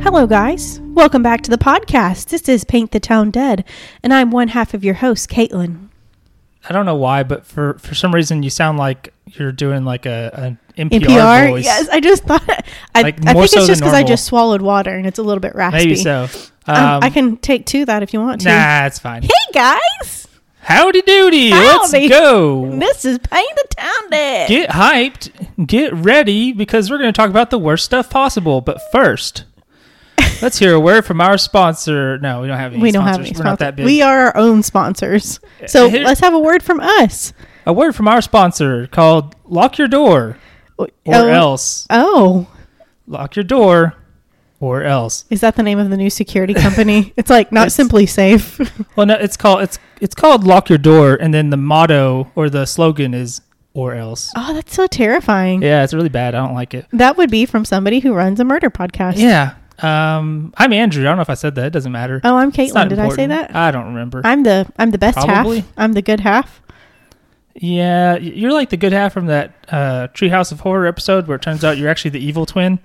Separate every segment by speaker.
Speaker 1: Hello, guys. Welcome back to the podcast. This is Paint the Town Dead, and I'm one half of your host, Caitlin.
Speaker 2: I don't know why, but for for some reason you sound like you're doing like a an NPR,
Speaker 1: NPR.
Speaker 2: voice.
Speaker 1: Yes, I just thought. I,
Speaker 2: Like,
Speaker 1: I
Speaker 2: more
Speaker 1: think
Speaker 2: so
Speaker 1: it's just
Speaker 2: than
Speaker 1: because I
Speaker 2: normal.
Speaker 1: just swallowed water and it's a little bit raspy.
Speaker 2: maybe so. Um,
Speaker 1: Um, I can take two of that if you want to.
Speaker 2: Nah, it's fine.
Speaker 1: Hey guys,
Speaker 2: Howdy doody.
Speaker 1: Howdy.
Speaker 2: Let's go.
Speaker 1: this is Paint the Town Dead.
Speaker 2: Get hyped. Get ready because we're going to talk about the worst stuff possible. But first, let's hear a word from our sponsor. No, we don't have any.
Speaker 1: we don't have
Speaker 2: sponsors.
Speaker 1: any
Speaker 2: We're not that
Speaker 1: sponsors.
Speaker 2: big. Uh,
Speaker 1: We are our own sponsors. So
Speaker 2: Here-
Speaker 1: let's have a word from us.
Speaker 2: a word from our sponsor called "Lock Your Door"
Speaker 1: Or
Speaker 2: or else.
Speaker 1: Oh,
Speaker 2: Lock your door or else.
Speaker 1: is that the name of the new security company? it's like not
Speaker 2: It's-
Speaker 1: simply safe.
Speaker 2: Well, no, it's called it's it's called lock your door, and then the motto or the slogan is or else.
Speaker 1: oh, that's so terrifying.
Speaker 2: Yeah, it's really bad. I don't like it.
Speaker 1: That would be from somebody who runs a murder podcast.
Speaker 2: Yeah. Um, I'm Andrew. I don't know if I said that. It doesn't matter.
Speaker 1: Oh, I'm
Speaker 2: It's not
Speaker 1: Caitlin. Did I say
Speaker 2: important.
Speaker 1: that?
Speaker 2: I don't remember.
Speaker 1: I'm the I'm the best
Speaker 2: Probably.
Speaker 1: half. I'm the good half.
Speaker 2: yeah, y- you're like the good half from that uh, Treehouse of Horror episode where it turns out you're actually the evil twin.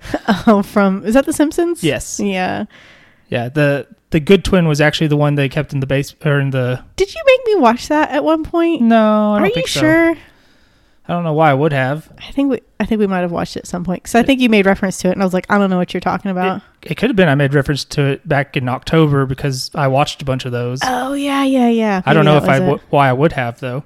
Speaker 1: Oh, from is that The Simpsons?
Speaker 2: Yes.
Speaker 1: Yeah.
Speaker 2: Yeah. The the good twin was actually the one they kept in the base or in the.
Speaker 1: Did you make me watch that at one point?
Speaker 2: No, I don't
Speaker 1: Are you
Speaker 2: think so.
Speaker 1: sure?
Speaker 2: I don't know why I would have.
Speaker 1: I think we I think we might have watched it at some point because I think you made reference to it and I was like I don't know what you're talking about.
Speaker 2: It could have been I made reference to it back in October because I watched a bunch of those.
Speaker 1: oh yeah yeah yeah.
Speaker 2: I don't
Speaker 1: Maybe
Speaker 2: know
Speaker 1: that
Speaker 2: if I
Speaker 1: was it.
Speaker 2: w- why I would have though.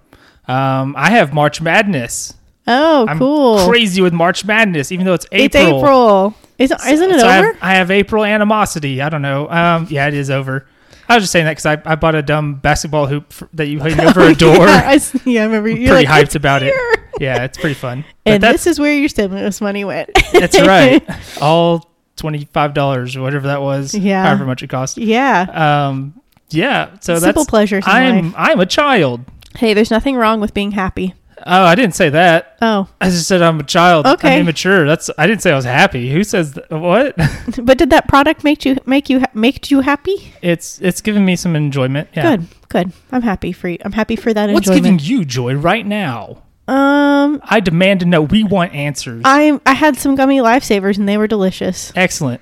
Speaker 2: Um, I have March Madness.
Speaker 1: oh
Speaker 2: I'm
Speaker 1: cool.
Speaker 2: crazy with March Madness, even though it's
Speaker 1: It's
Speaker 2: April.
Speaker 1: April. Isn't isn't it
Speaker 2: So I
Speaker 1: over?
Speaker 2: have, I have April animosity. I don't know. Um, yeah, it is over. I was just saying that because I, I bought a dumb basketball hoop for, that you hang over a door.
Speaker 1: yeah, I, s- yeah, I remember. you
Speaker 2: pretty
Speaker 1: like,
Speaker 2: hyped about it.
Speaker 1: here.
Speaker 2: Yeah, it's pretty fun. But
Speaker 1: And
Speaker 2: that's
Speaker 1: this is where your stimulus money went.
Speaker 2: that's right. All twenty five dollars or whatever that was.
Speaker 1: Yeah.
Speaker 2: however much it cost.
Speaker 1: yeah.
Speaker 2: Um, yeah. So
Speaker 1: Simple
Speaker 2: that's
Speaker 1: pleasures. In life.
Speaker 2: I'm I'm a child.
Speaker 1: Hey, there's nothing wrong with being happy.
Speaker 2: Oh, I didn't say that.
Speaker 1: Oh,
Speaker 2: I just said I'm a child.
Speaker 1: Okay.
Speaker 2: I'm immature. That's I didn't say I was happy. Who says th- what?
Speaker 1: but did that product make you make you ha- make you happy?
Speaker 2: it's it's giving me some enjoyment. Yeah.
Speaker 1: Good, good. I'm happy for you. I'm happy for that
Speaker 2: What's
Speaker 1: enjoyment.
Speaker 2: giving you joy right now?
Speaker 1: um,
Speaker 2: I demand to know. We want answers.
Speaker 1: I I had some gummy lifesavers and they were delicious.
Speaker 2: Excellent.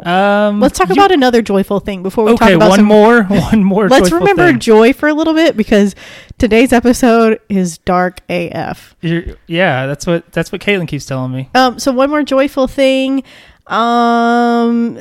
Speaker 2: Um,
Speaker 1: Let's talk
Speaker 2: you-
Speaker 1: about another joyful thing before we talk
Speaker 2: okay.
Speaker 1: about
Speaker 2: One
Speaker 1: some.
Speaker 2: more. One more.
Speaker 1: Let's
Speaker 2: joyful
Speaker 1: remember
Speaker 2: thing.
Speaker 1: joy for a little bit because today's episode is dark AF.
Speaker 2: You're- yeah, that's what that's what Caitlin keeps telling me.
Speaker 1: Um, so one more joyful thing. Um,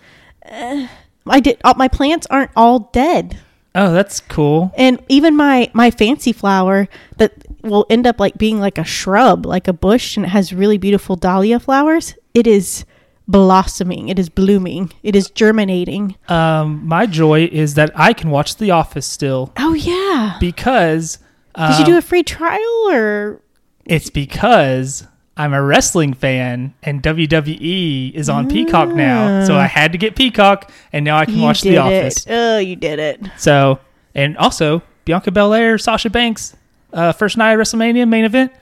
Speaker 1: I did. All, my plants aren't all dead.
Speaker 2: Oh, that's cool.
Speaker 1: and even my my fancy flower that will end up like being like a shrub like a bush and it has really beautiful dahlia flowers it is blossoming it is blooming it is germinating
Speaker 2: Um, my joy is that I can watch The Office still
Speaker 1: oh yeah
Speaker 2: because um,
Speaker 1: did you do a free trial or
Speaker 2: It's because I'm a wrestling fan and WWE is on Peacock now. So I had to get Peacock and now I can
Speaker 1: Ah. you
Speaker 2: watch
Speaker 1: did
Speaker 2: The Office.
Speaker 1: it oh you did it
Speaker 2: So, and also Bianca Belair, Sasha Banks, uh, first night of WrestleMania main event.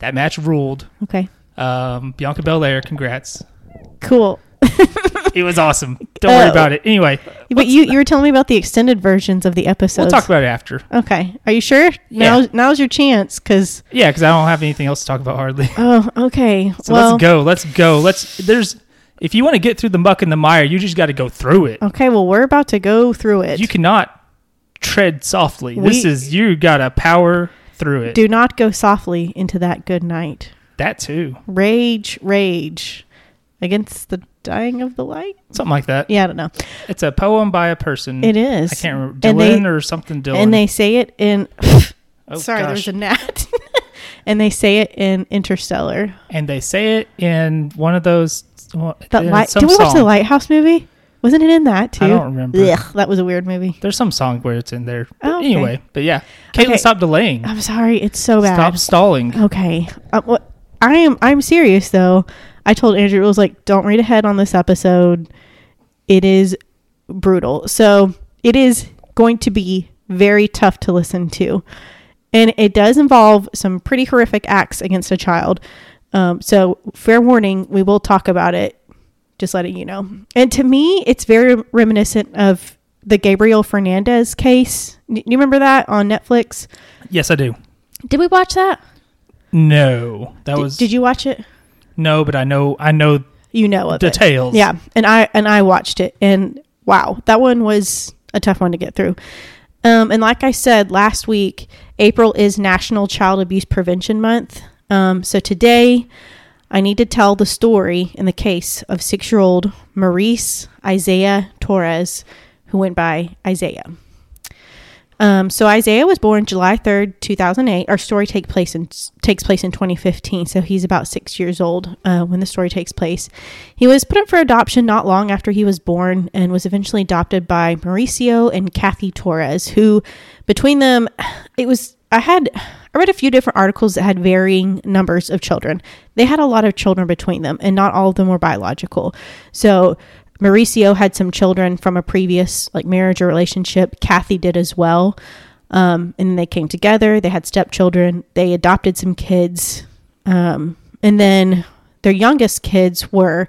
Speaker 2: That match ruled.
Speaker 1: okay
Speaker 2: Um, Bianca Belair, congrats.
Speaker 1: cool
Speaker 2: It was awesome. Don't worry
Speaker 1: Oh.
Speaker 2: about it. Anyway,
Speaker 1: but you you were telling me about the extended versions of the
Speaker 2: we'll
Speaker 1: episodes
Speaker 2: talk about it after.
Speaker 1: okay are you sure
Speaker 2: Yeah.
Speaker 1: now now's your chance because
Speaker 2: Yeah, because I don't have anything else to talk about hardly.
Speaker 1: oh okay
Speaker 2: So
Speaker 1: well
Speaker 2: let's go. Let's go. Let's. There's. If you want to get through the muck and the mire, you just got to go through it.
Speaker 1: okay well we're about to go through it
Speaker 2: You cannot tread softly. this
Speaker 1: We-
Speaker 2: is you gotta power through it.
Speaker 1: Do not go softly into that good night.
Speaker 2: That too.
Speaker 1: Rage, rage against the dying of the light.
Speaker 2: Something like that.
Speaker 1: Yeah, I don't know.
Speaker 2: It's a poem by a person.
Speaker 1: It is.
Speaker 2: I can't remember
Speaker 1: And they-
Speaker 2: Dylan or something Dylan.
Speaker 1: And they say it in.
Speaker 2: oh,
Speaker 1: sorry,
Speaker 2: gosh.
Speaker 1: there's a gnat. and they say it in Interstellar.
Speaker 2: and they say it in one of those well,
Speaker 1: That
Speaker 2: in
Speaker 1: light.
Speaker 2: some
Speaker 1: Did we watch
Speaker 2: song.
Speaker 1: the Lighthouse movie? Wasn't it in that too?
Speaker 2: I don't remember.
Speaker 1: Ugh, that was a weird movie.
Speaker 2: There's some song where it's in there. But
Speaker 1: Oh, okay.
Speaker 2: Anyway, but yeah. Caitlin,
Speaker 1: Okay.
Speaker 2: stop delaying.
Speaker 1: I'm sorry. It's so bad.
Speaker 2: Stop stalling.
Speaker 1: Okay. Uh, what I am I'm serious though. I told Andrew I was like, don't read ahead on this episode. It is brutal. So it is going to be very tough to listen to, and it does involve some pretty horrific acts against a child. Um, so fair warning, we will talk about it. Just letting you know. And to me, it's very reminiscent of the Gabriel Fernandez case. N- You remember that on Netflix?
Speaker 2: Yes, I do.
Speaker 1: Did we watch that?
Speaker 2: No. That
Speaker 1: Did-
Speaker 2: was
Speaker 1: did you watch it?
Speaker 2: No, but I know I know
Speaker 1: you know of it.
Speaker 2: details.
Speaker 1: Yeah, and I and I watched it, and wow, that one was a tough one to get through. Um, and like I said last week, April is National Child Abuse Prevention Month. Um, so today, I need to tell the story in the case of six-year-old Maurice Isaiah Torres, who went by Isaiah. Um, so Isaiah was born July third, two thousand eight. Our story take place in, takes place in twenty fifteen, so he's about six years old uh, when the story takes place. He was put up for adoption not long after he was born, and was eventually adopted by Mauricio and Kathy Torres, who, between them, it was I had I read a few different articles that had varying numbers of children. They had a lot of children between them, and not all of them were biological. So Mauricio had some children from a previous like marriage or relationship. Kathy did as well. Um, and then they came together. They had stepchildren. They adopted some kids. Um, and then their youngest kids were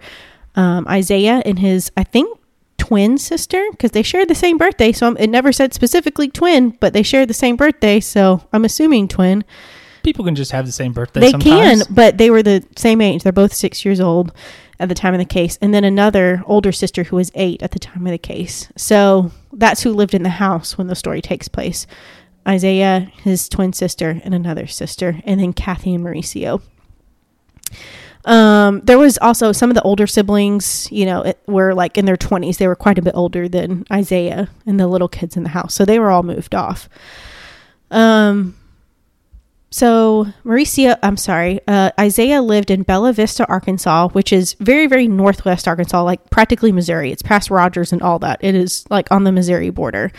Speaker 1: um, Isaiah and his, I think, twin sister because they shared the same birthday. So I'm, it never said specifically twin, but they shared the same birthday. So I'm assuming twin.
Speaker 2: People can just have the same birthday.
Speaker 1: They
Speaker 2: sometimes.
Speaker 1: can, but they were the same age. They're both six years old at the time of the case, and then another older sister who was eight at the time of the case. So that's who lived in the house when the story takes place Isaiah, his twin sister, and another sister, and then Kathy and Mauricio. Um, there was also some of the older siblings, you know, it, were like in their 20s. They were quite a bit older than Isaiah and the little kids in the house. So they were all moved off. Um, so Mauricio, I'm sorry, uh, Isaiah lived in Bella Vista, Arkansas, which is very, very northwest Arkansas, like practically Missouri. It's past Rogers and all that. It is like on the Missouri border.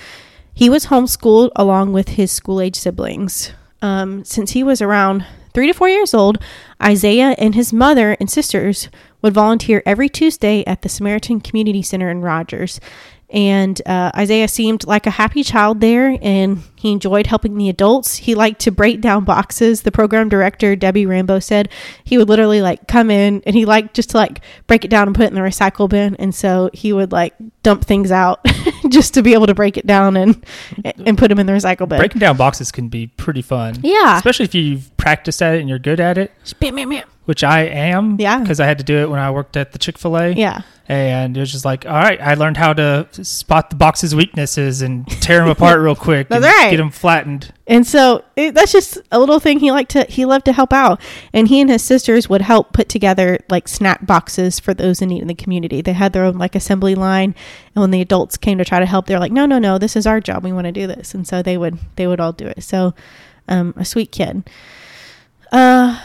Speaker 1: He was homeschooled along with his school age siblings. Um, since he was around three to four years old, Isaiah and his mother and sisters would volunteer every Tuesday at the Samaritan Community Center in Rogers. And uh, Isaiah seemed like a happy child there, and he enjoyed helping the adults. He liked to break down boxes. The program director, Debbie Rambo, said he would literally like come in and he liked just to like break it down and put it in the recycle bin. And so he would like dump things out just to be able to break it down and and put them in the recycle bin.
Speaker 2: Breaking down boxes can be pretty fun.
Speaker 1: Yeah.
Speaker 2: Especially if you've practiced at it and you're good at it,
Speaker 1: Bam, bam, bam.
Speaker 2: which I am.
Speaker 1: Yeah.
Speaker 2: Because I had to do it when I worked at the Chick fil A.
Speaker 1: Yeah.
Speaker 2: And it was just like, all right, I learned how to spot the box's weaknesses and tear them apart real quick.
Speaker 1: That's
Speaker 2: and
Speaker 1: right.
Speaker 2: Get them flattened.
Speaker 1: And so it, that's just a little thing he liked to he loved to help out, and he and his sisters would help put together like snack boxes for those in need in the community. They had their own like assembly line, and when the adults came to try to help, they're like, "No, no, no, this is our job. We want to do this." And so they would they would all do it. So, um, a sweet kid. Uh,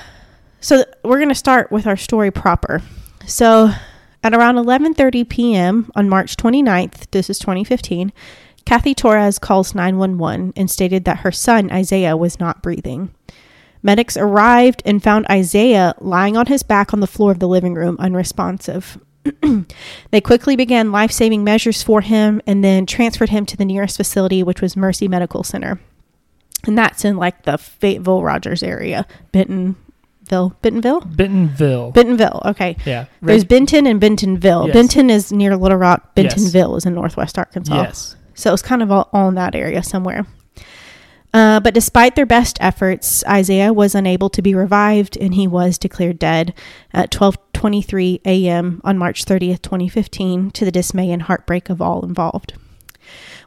Speaker 1: so th- we're going to start with our story proper. So at around 11:30 p.m. on March 29th, this is 2015, Kathy Torres calls 911 and stated that her son Isaiah was not breathing. Medics arrived and found Isaiah lying on his back on the floor of the living room unresponsive. they quickly began life-saving measures for him and then transferred him to the nearest facility which was Mercy Medical Center and that's in like the Fayetteville Rogers area, Bentonville, Bentonville,
Speaker 2: Bentonville.
Speaker 1: Bentonville. Okay,
Speaker 2: yeah.
Speaker 1: there's Benton and Bentonville.
Speaker 2: Yes.
Speaker 1: Benton is near Little Rock.
Speaker 2: Yes.
Speaker 1: Bentonville is in Northwest Arkansas.
Speaker 2: Yes.
Speaker 1: So it's kind of all, all in that area somewhere. Uh, but despite their best efforts, Isaiah was unable to be revived, and he was declared dead at 12:23 a.m. on March 30th, 2015, to the dismay and heartbreak of all involved.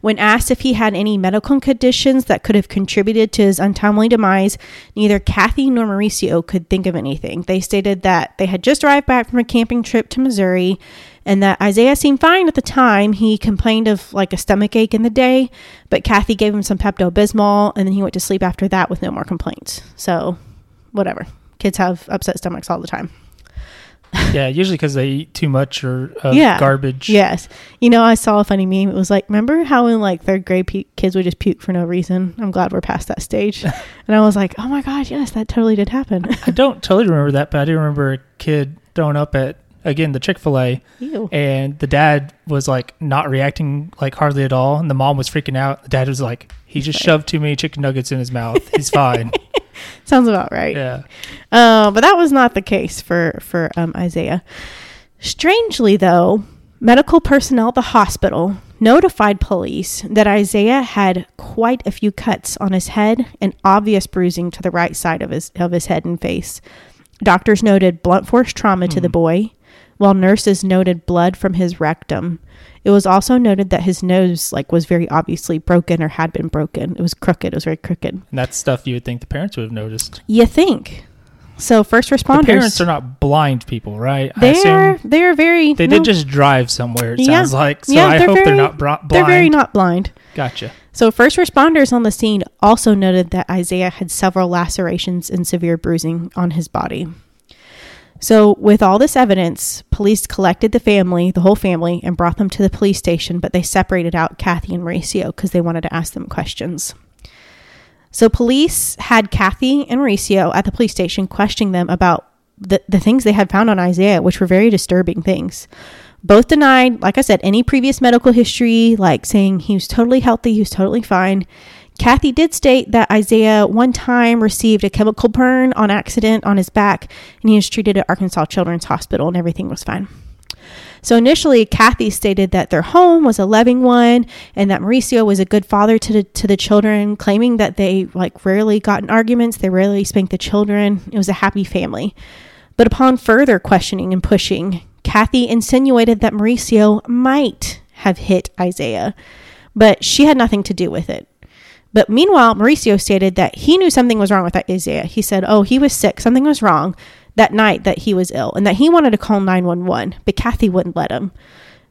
Speaker 1: When asked if he had any medical conditions that could have contributed to his untimely demise, neither Kathy nor Mauricio could think of anything. They stated that they had just arrived back from a camping trip to Missouri and that Isaiah seemed fine at the time. He complained of like a stomach ache in the day, but Kathy gave him some Pepto Bismol and then he went to sleep after that with no more complaints. So, whatever. Kids have upset stomachs all the time.
Speaker 2: Yeah. Usually because they eat too much or of
Speaker 1: Yeah.
Speaker 2: garbage.
Speaker 1: Yes. You know, I saw a funny meme. It was like, remember how in like third grade pu- kids would just puke for no reason? I'm glad we're past that stage. and I was like, oh my gosh, yes, that totally did happen.
Speaker 2: I don't totally remember that, but I do remember a kid throwing up at, again, the Chick fil A.
Speaker 1: Ew.
Speaker 2: and the dad was like not reacting like hardly at all and the mom was freaking out the dad was like he just shoved too many chicken nuggets in his mouth he's fine
Speaker 1: Sounds about right.
Speaker 2: yeah
Speaker 1: Uh, but that was not the case for for um, Isaiah. Strangely, though, medical personnel at the hospital notified police that Isaiah had quite a few cuts on his head and obvious bruising to the
Speaker 2: Hmm.
Speaker 1: right side of his of his head and face. Doctors noted blunt force trauma to the boy, while nurses noted blood from his rectum. It was also noted that his nose like was very obviously broken or had been broken. It was crooked. It was very crooked.
Speaker 2: And that's stuff you would think the parents would have noticed.
Speaker 1: You think? So first responders
Speaker 2: The parents are not blind people, right? I
Speaker 1: they
Speaker 2: assume
Speaker 1: are they are very
Speaker 2: They
Speaker 1: no,
Speaker 2: did just drive somewhere. It
Speaker 1: Yeah.
Speaker 2: sounds like. So
Speaker 1: Yeah,
Speaker 2: I
Speaker 1: they're
Speaker 2: hope they're
Speaker 1: very-
Speaker 2: not bro- blind.
Speaker 1: they're very not blind.
Speaker 2: Gotcha.
Speaker 1: So first responders on the scene also noted that Isaiah had several lacerations and severe bruising on his body. So with all this evidence, police collected the family, the whole family, and brought them to the police station, but they separated out Kathy and Mauricio because they wanted to ask them questions. So police had Kathy and Mauricio at the police station questioning them about the, the things they had found on Isaiah, which were very disturbing things. Both denied, like I said, any previous medical history, like saying he was totally healthy, he was totally fine. Kathy did state that Isaiah one time received a chemical burn on accident on his back, and he was treated at Arkansas Children's Hospital, and everything was fine. So initially, Kathy stated that their home was a loving one and that Mauricio was a good father to the, to the children, claiming that they like rarely got in arguments, they rarely spanked the children. It was a happy family. But upon further questioning and pushing, Kathy insinuated that Mauricio might have hit Isaiah, but she had nothing to do with it. But meanwhile, Mauricio stated that he knew something was wrong with Isaiah. He said, Oh, he was sick. Something was wrong that night that he was ill and that he wanted to call 911, but Kathy wouldn't let him.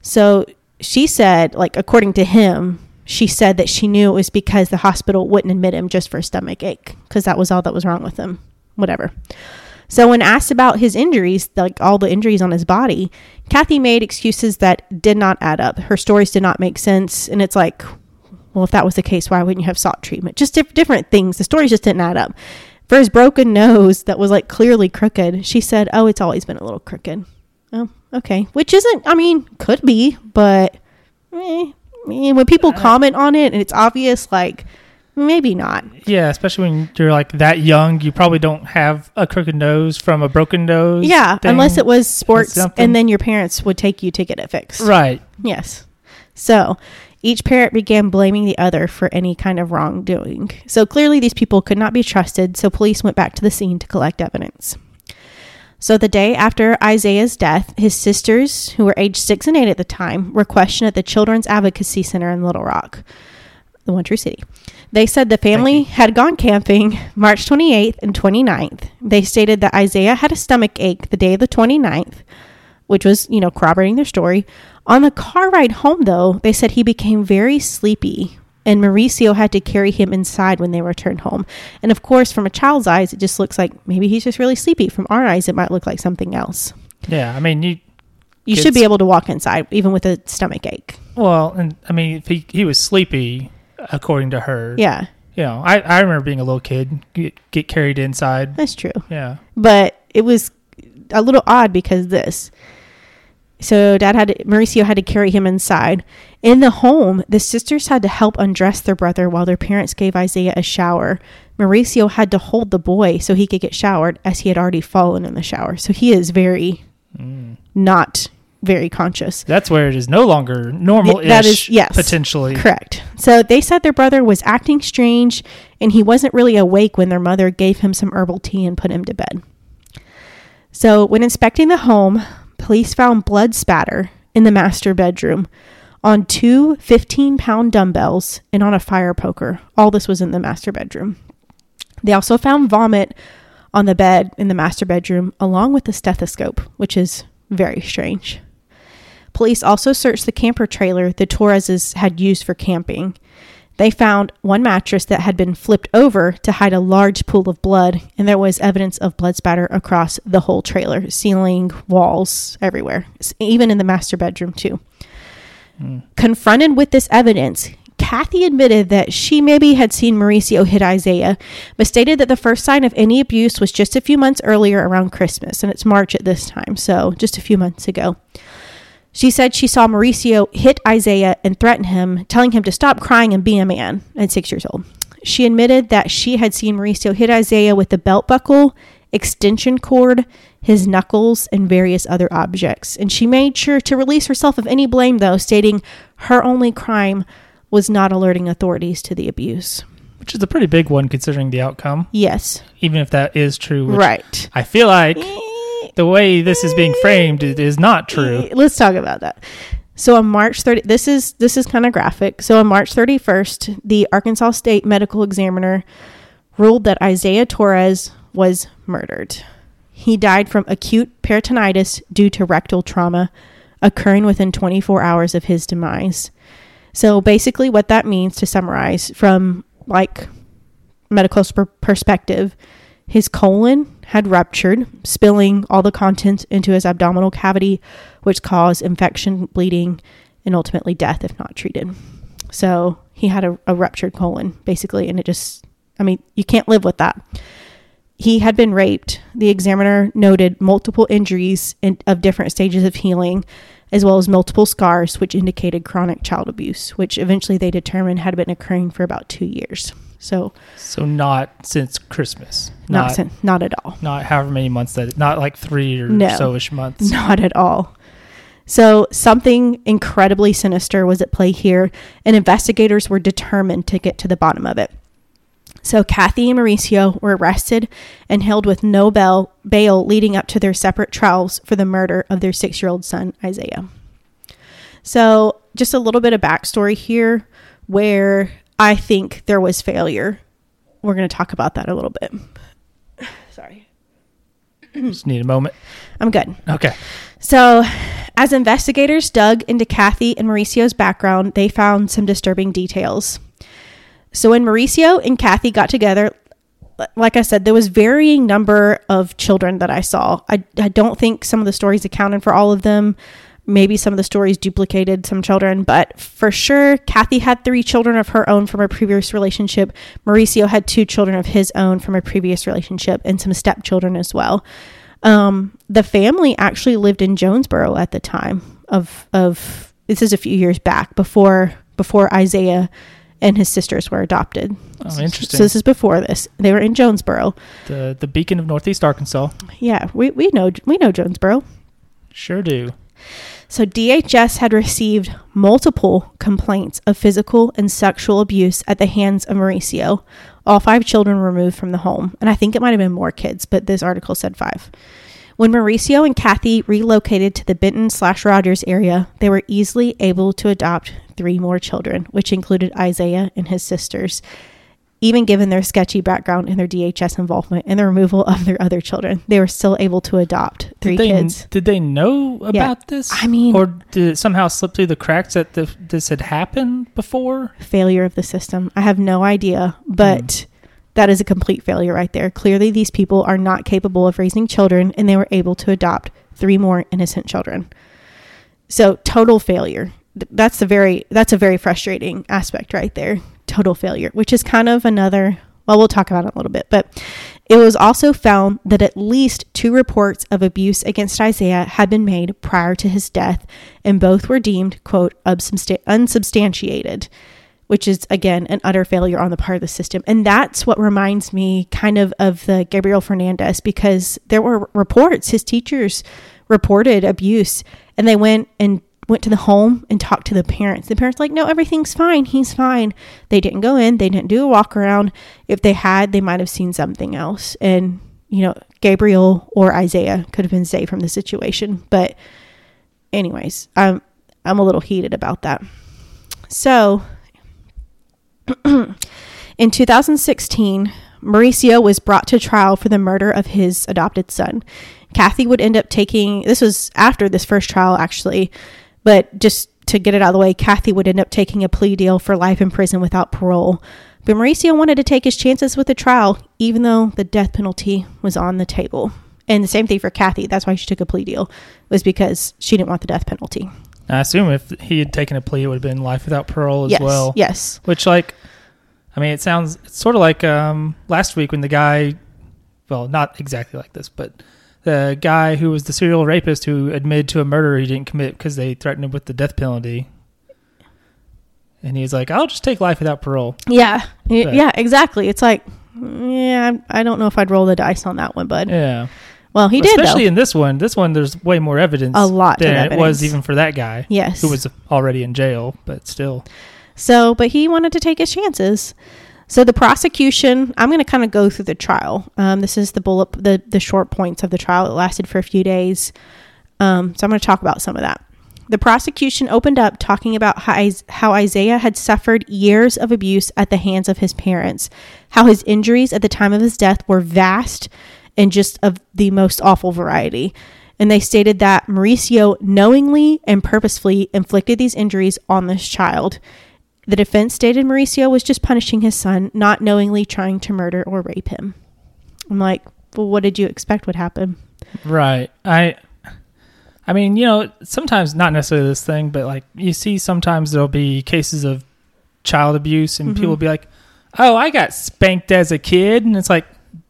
Speaker 1: So she said, like, according to him, she said that she knew it was because the hospital wouldn't admit him just for a stomach ache because that was all that was wrong with him. Whatever. So when asked about his injuries, like all the injuries on his body, Kathy made excuses that did not add up. Her stories did not make sense. And it's like, well, if that was the case, why wouldn't you have sought treatment? Just diff- different things. The stories just didn't add up. For his broken nose that was like clearly crooked, she said, Oh, it's always been a little crooked. Oh, okay. Which isn't, I mean, could be, but eh, eh, when people comment on it and it's obvious, like, maybe not.
Speaker 2: Yeah, especially when you're like that young, you probably don't have a crooked nose from a broken nose.
Speaker 1: Yeah,
Speaker 2: thing.
Speaker 1: unless it was sports
Speaker 2: something.
Speaker 1: and then your parents would take you to get it fixed.
Speaker 2: right.
Speaker 1: Yes. So each parent began blaming the other for any kind of wrongdoing. So clearly, these people could not be trusted, so police went back to the scene to collect evidence. So the day after Isaiah's death, his sisters, who were aged six and eight at the time, were questioned at the Children's Advocacy Center in Little Rock, the One True City. They said the family had gone camping March 28th and 29th. They stated that Isaiah had a stomach ache the day of the 29th, which was, you know, corroborating their story. On the car ride home, though, they said he became very sleepy, and Mauricio had to carry him inside when they returned home. And of course, from a child's eyes, it just looks like maybe he's just really sleepy. From our eyes, it might look like something else.
Speaker 2: Yeah, I mean, you
Speaker 1: You should
Speaker 2: Kids-
Speaker 1: be able to walk inside, even with a stomach ache.
Speaker 2: well, and I mean, if he he was sleepy, according to her.
Speaker 1: Yeah,
Speaker 2: You know, I I remember being a little kid, get, get carried inside.
Speaker 1: that's true.
Speaker 2: Yeah.
Speaker 1: but it was a little odd because this. So dad had Mauricio had to carry him inside. In the home, the sisters had to help undress their brother while their parents gave Isaiah a shower. Mauricio had to hold the boy so he could get showered as he had already fallen in the shower. So he is very not very conscious.
Speaker 2: That's where it is no longer normal.
Speaker 1: that is- yes.
Speaker 2: potentially.
Speaker 1: Correct. So they said their brother was acting strange and he wasn't really awake when their mother gave him some herbal tea and put him to bed. So when inspecting the home, police found blood spatter in the master bedroom on two 15 pound dumbbells and on a fire poker. All this was in the master bedroom. They also found vomit on the bed in the master bedroom along with a stethoscope, which is very strange. Police also searched the camper trailer the Torreses had used for camping. They found one mattress that had been flipped over to hide a large pool of blood, and there was evidence of blood spatter across the whole trailer, ceiling, walls, everywhere, s- even in the master bedroom, too. Confronted with this evidence, Kathy admitted that she maybe had seen Mauricio hit Isaiah, but stated that the first sign of any abuse was just a few months earlier around Christmas, and it's March at this time, so just a few months ago. She said she saw Mauricio hit Isaiah and threaten him, telling him to stop crying and be a man at six years old. She admitted that she had seen Mauricio hit Isaiah with the belt buckle, extension cord, his knuckles, and various other objects. And she made sure to release herself of any blame, though, stating her only crime was not alerting authorities to the abuse.
Speaker 2: Which is a pretty big one considering the outcome,
Speaker 1: Yes.
Speaker 2: even if that is true. Which
Speaker 1: right.
Speaker 2: I feel like the way this is being framed it is not true.
Speaker 1: Let's talk about that. So on March 30 this is this is kind of graphic. So on March 31st, the Arkansas State Medical Examiner ruled that Isaiah Torres was murdered. He died from acute peritonitis due to rectal trauma occurring within 24 hours of his demise. So basically what that means to summarize from like medical per- perspective, his colon had ruptured, spilling all the contents into his abdominal cavity, which caused infection, bleeding, and ultimately death if not treated. So he had a, a ruptured colon, basically, and it just, I mean, you can't live with that. He had been raped. The examiner noted multiple injuries in, of different stages of healing, as well as multiple scars, which indicated chronic child abuse, which eventually they determined had been occurring for about two years. So,
Speaker 2: So not since Christmas.
Speaker 1: not,
Speaker 2: Not
Speaker 1: sin- not at all.
Speaker 2: not however many months that not like three or
Speaker 1: No.
Speaker 2: so ish months.
Speaker 1: Not at all. So, something incredibly sinister was at play here, and investigators were determined to get to the bottom of it. So, Kathy and Mauricio were arrested and held with no bail, bail leading up to their separate trials for the murder of their six year old son, Isaiah. So, just a little bit of backstory here where I think there was failure. We're going to talk about that a little bit. Sorry.
Speaker 2: Just need a moment.
Speaker 1: I'm good.
Speaker 2: Okay.
Speaker 1: So, as investigators dug into Kathy and Mauricio's background, they found some disturbing details. So, when Mauricio and Kathy got together, li- like I said, there was varying number of children that I saw. I, I don't think some of the stories accounted for all of them. Maybe some of the stories duplicated some children, but for sure, Kathy had three children of her own from a previous relationship. Mauricio had two children of his own from a previous relationship and some stepchildren as well um, the family actually lived in Jonesboro at the time of of this is a few years back before before Isaiah and his sisters were adopted.
Speaker 2: Oh, interesting.
Speaker 1: So this is before this. They were in Jonesboro.
Speaker 2: the the beacon of Northeast Arkansas.
Speaker 1: Yeah, we, we know we know Jonesboro.
Speaker 2: Sure do.
Speaker 1: So DHS had received multiple complaints of physical and sexual abuse at the hands of Mauricio. All five children were removed from the home, and I think it might have been more kids, but this article said five. When Mauricio and Kathy relocated to the Benton slash Rogers area, they were easily able to adopt three more children, which included Isaiah and his sisters, even given their sketchy background and their DHS involvement and the removal of their other children. They were still able to adopt three
Speaker 2: did they,
Speaker 1: kids.
Speaker 2: Did they know about
Speaker 1: Yeah.
Speaker 2: this?
Speaker 1: I mean-
Speaker 2: or did it somehow slip through the cracks that the, this had happened before?
Speaker 1: failure of the system. I have no idea, but that is a complete failure right there. Clearly, these people are not capable of raising children, and they were able to adopt three more innocent children. So, total failure. Th- That's the very that's a very frustrating aspect right there. Total failure, which is kind of another. Well, we'll talk about it in a little bit, but it was also found that at least two reports of abuse against Isaiah had been made prior to his death, and both were deemed quote unsubstan- unsubstantiated which is again an utter failure on the part of the system. And that's what reminds me kind of of the Gabriel Fernandez because there were reports his teachers reported abuse and they went and went to the home and talked to the parents. The parents like, "No, everything's fine. He's fine." They didn't go in, they didn't do a walk around. If they had, they might have seen something else. And you know, Gabriel or Isaiah could have been saved from the situation, but anyways, I'm I'm a little heated about that. So, in 2016, Mauricio was brought to trial for the murder of his adopted son. Kathy would end up taking this was after this first trial actually, but just to get it out of the way, Kathy would end up taking a plea deal for life in prison without parole. But Mauricio wanted to take his chances with the trial, even though the death penalty was on the table. And the same thing for Kathy. That's why she took a plea deal, was because she didn't want the death penalty.
Speaker 2: I assume if he had taken a plea, it would have been life without parole as
Speaker 1: yes.
Speaker 2: well.
Speaker 1: Yes.
Speaker 2: Which, like, I mean, it sounds it's sort of like um, last week when the guy, well, not exactly like this, but the guy who was the serial rapist who admitted to a murder he didn't commit because they threatened him with the death penalty. And he was like, I'll just take life without parole.
Speaker 1: Yeah. Y-
Speaker 2: Right.
Speaker 1: Yeah, exactly. It's like, yeah, I I don't know if I'd roll the dice on that one, bud.
Speaker 2: Yeah.
Speaker 1: Well, he did,
Speaker 2: Especially
Speaker 1: though.
Speaker 2: in this one. This one, there's way more evidence
Speaker 1: A lot of
Speaker 2: than it was
Speaker 1: evidence.
Speaker 2: even for that guy
Speaker 1: Yes.
Speaker 2: who was already in jail, but still.
Speaker 1: so, but he wanted to take his chances. So the prosecution, I'm going to kind of go through the trial. Um, this is the bullet, the the short points of the trial. It lasted for a few days, um, so I'm going to talk about some of that. The prosecution opened up talking about how Is- how Isaiah had suffered years of abuse at the hands of his parents, how his injuries at the time of his death were vast and just of the most awful variety. And they stated that Mauricio knowingly and purposefully inflicted these injuries on this child. The defense stated Mauricio was just punishing his son, not knowingly trying to murder or rape him. I'm like, well, what did you expect would happen?
Speaker 2: Right. I I mean, you know, sometimes not necessarily this thing, but like you see sometimes there'll be cases of child abuse and
Speaker 1: Mm-hmm.
Speaker 2: people will be like, "Oh, I got spanked as a kid." And it's like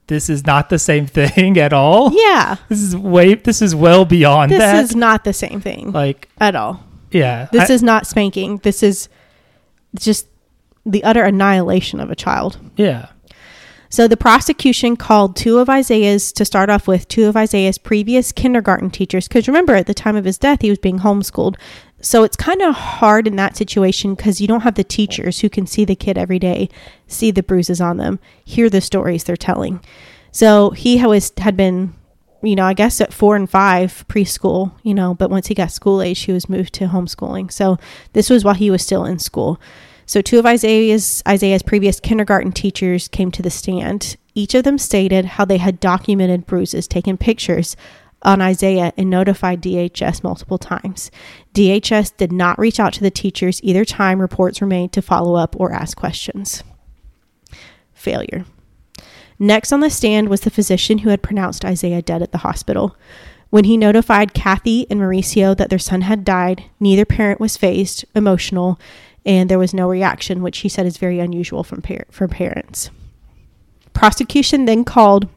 Speaker 2: this is not the same thing at all.
Speaker 1: Yeah,
Speaker 2: This is way this is well beyond
Speaker 1: this
Speaker 2: Oh, that.
Speaker 1: is not the same thing
Speaker 2: like,
Speaker 1: at all.
Speaker 2: yeah.
Speaker 1: This
Speaker 2: I-
Speaker 1: is not spanking. This is just the utter annihilation of a child.
Speaker 2: yeah.
Speaker 1: So the prosecution called two of Isaiah's, to start off with, two of Isaiah's previous kindergarten teachers. Because remember, at the time of his death, he was being homeschooled. So it's kind of hard in that situation because you don't have the teachers who can see the kid every day, see the bruises on them, hear the stories they're telling. So he ha- was, had been, you know, I guess at four and five preschool, you know, but once he got school age, he was moved to homeschooling. So this was while he was still in school. So two of Isaiah's Isaiah's previous kindergarten teachers came to the stand. Each of them stated how they had documented bruises, taken pictures on Isaiah and notified DHS multiple times. DHS did not reach out to the teachers either time reports were made to follow up or ask questions. Failure. Next on the stand was the physician who had pronounced Isaiah dead at the hospital. When he notified Kathy and Mauricio that their son had died, neither parent was phased, emotional, and there was no reaction, which he said is very unusual from par- for parents. Prosecution then called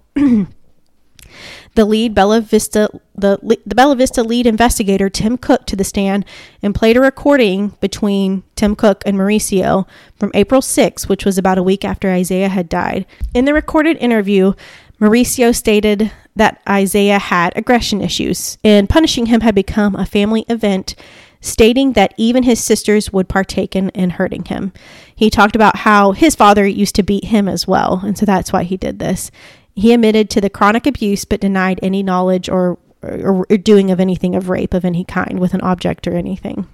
Speaker 1: the lead Bella Vista the le- the Bella Vista lead investigator Tim Cook to the stand and played a recording between Tim Cook and Mauricio from April 6, which was about a week after Isaiah had died. In the recorded interview, Mauricio stated that Isaiah had aggression issues and punishing him had become a family event stating that even his sisters would partake in, in hurting him. He talked about how his father used to beat him as well, and so that's why he did this. He admitted to the chronic abuse but denied any knowledge or, or, or doing of anything of rape of any kind with an object or anything.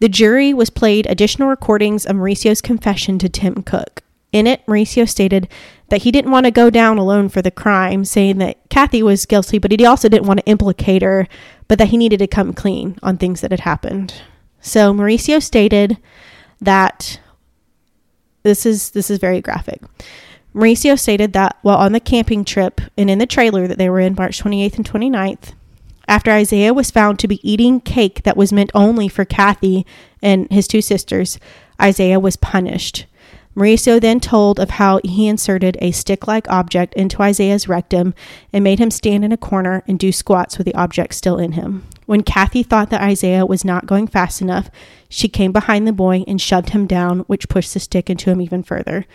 Speaker 1: The jury was played additional recordings of Mauricio's confession to Tim Cook. In it, Mauricio stated that he didn't want to go down alone for the crime, saying that Kathy was guilty, but he also didn't want to implicate her, but that he needed to come clean on things that had happened. So Mauricio stated that this is this is very graphic. Mauricio stated that while on the camping trip and in the trailer that they were in March 28th and 29th, after Isaiah was found to be eating cake that was meant only for Kathy and his two sisters, Isaiah was punished. Mauricio then told of how he inserted a stick like object into Isaiah's rectum and made him stand in a corner and do squats with the object still in him. When Kathy thought that Isaiah was not going fast enough, she came behind the boy and shoved him down, which pushed the stick into him even further.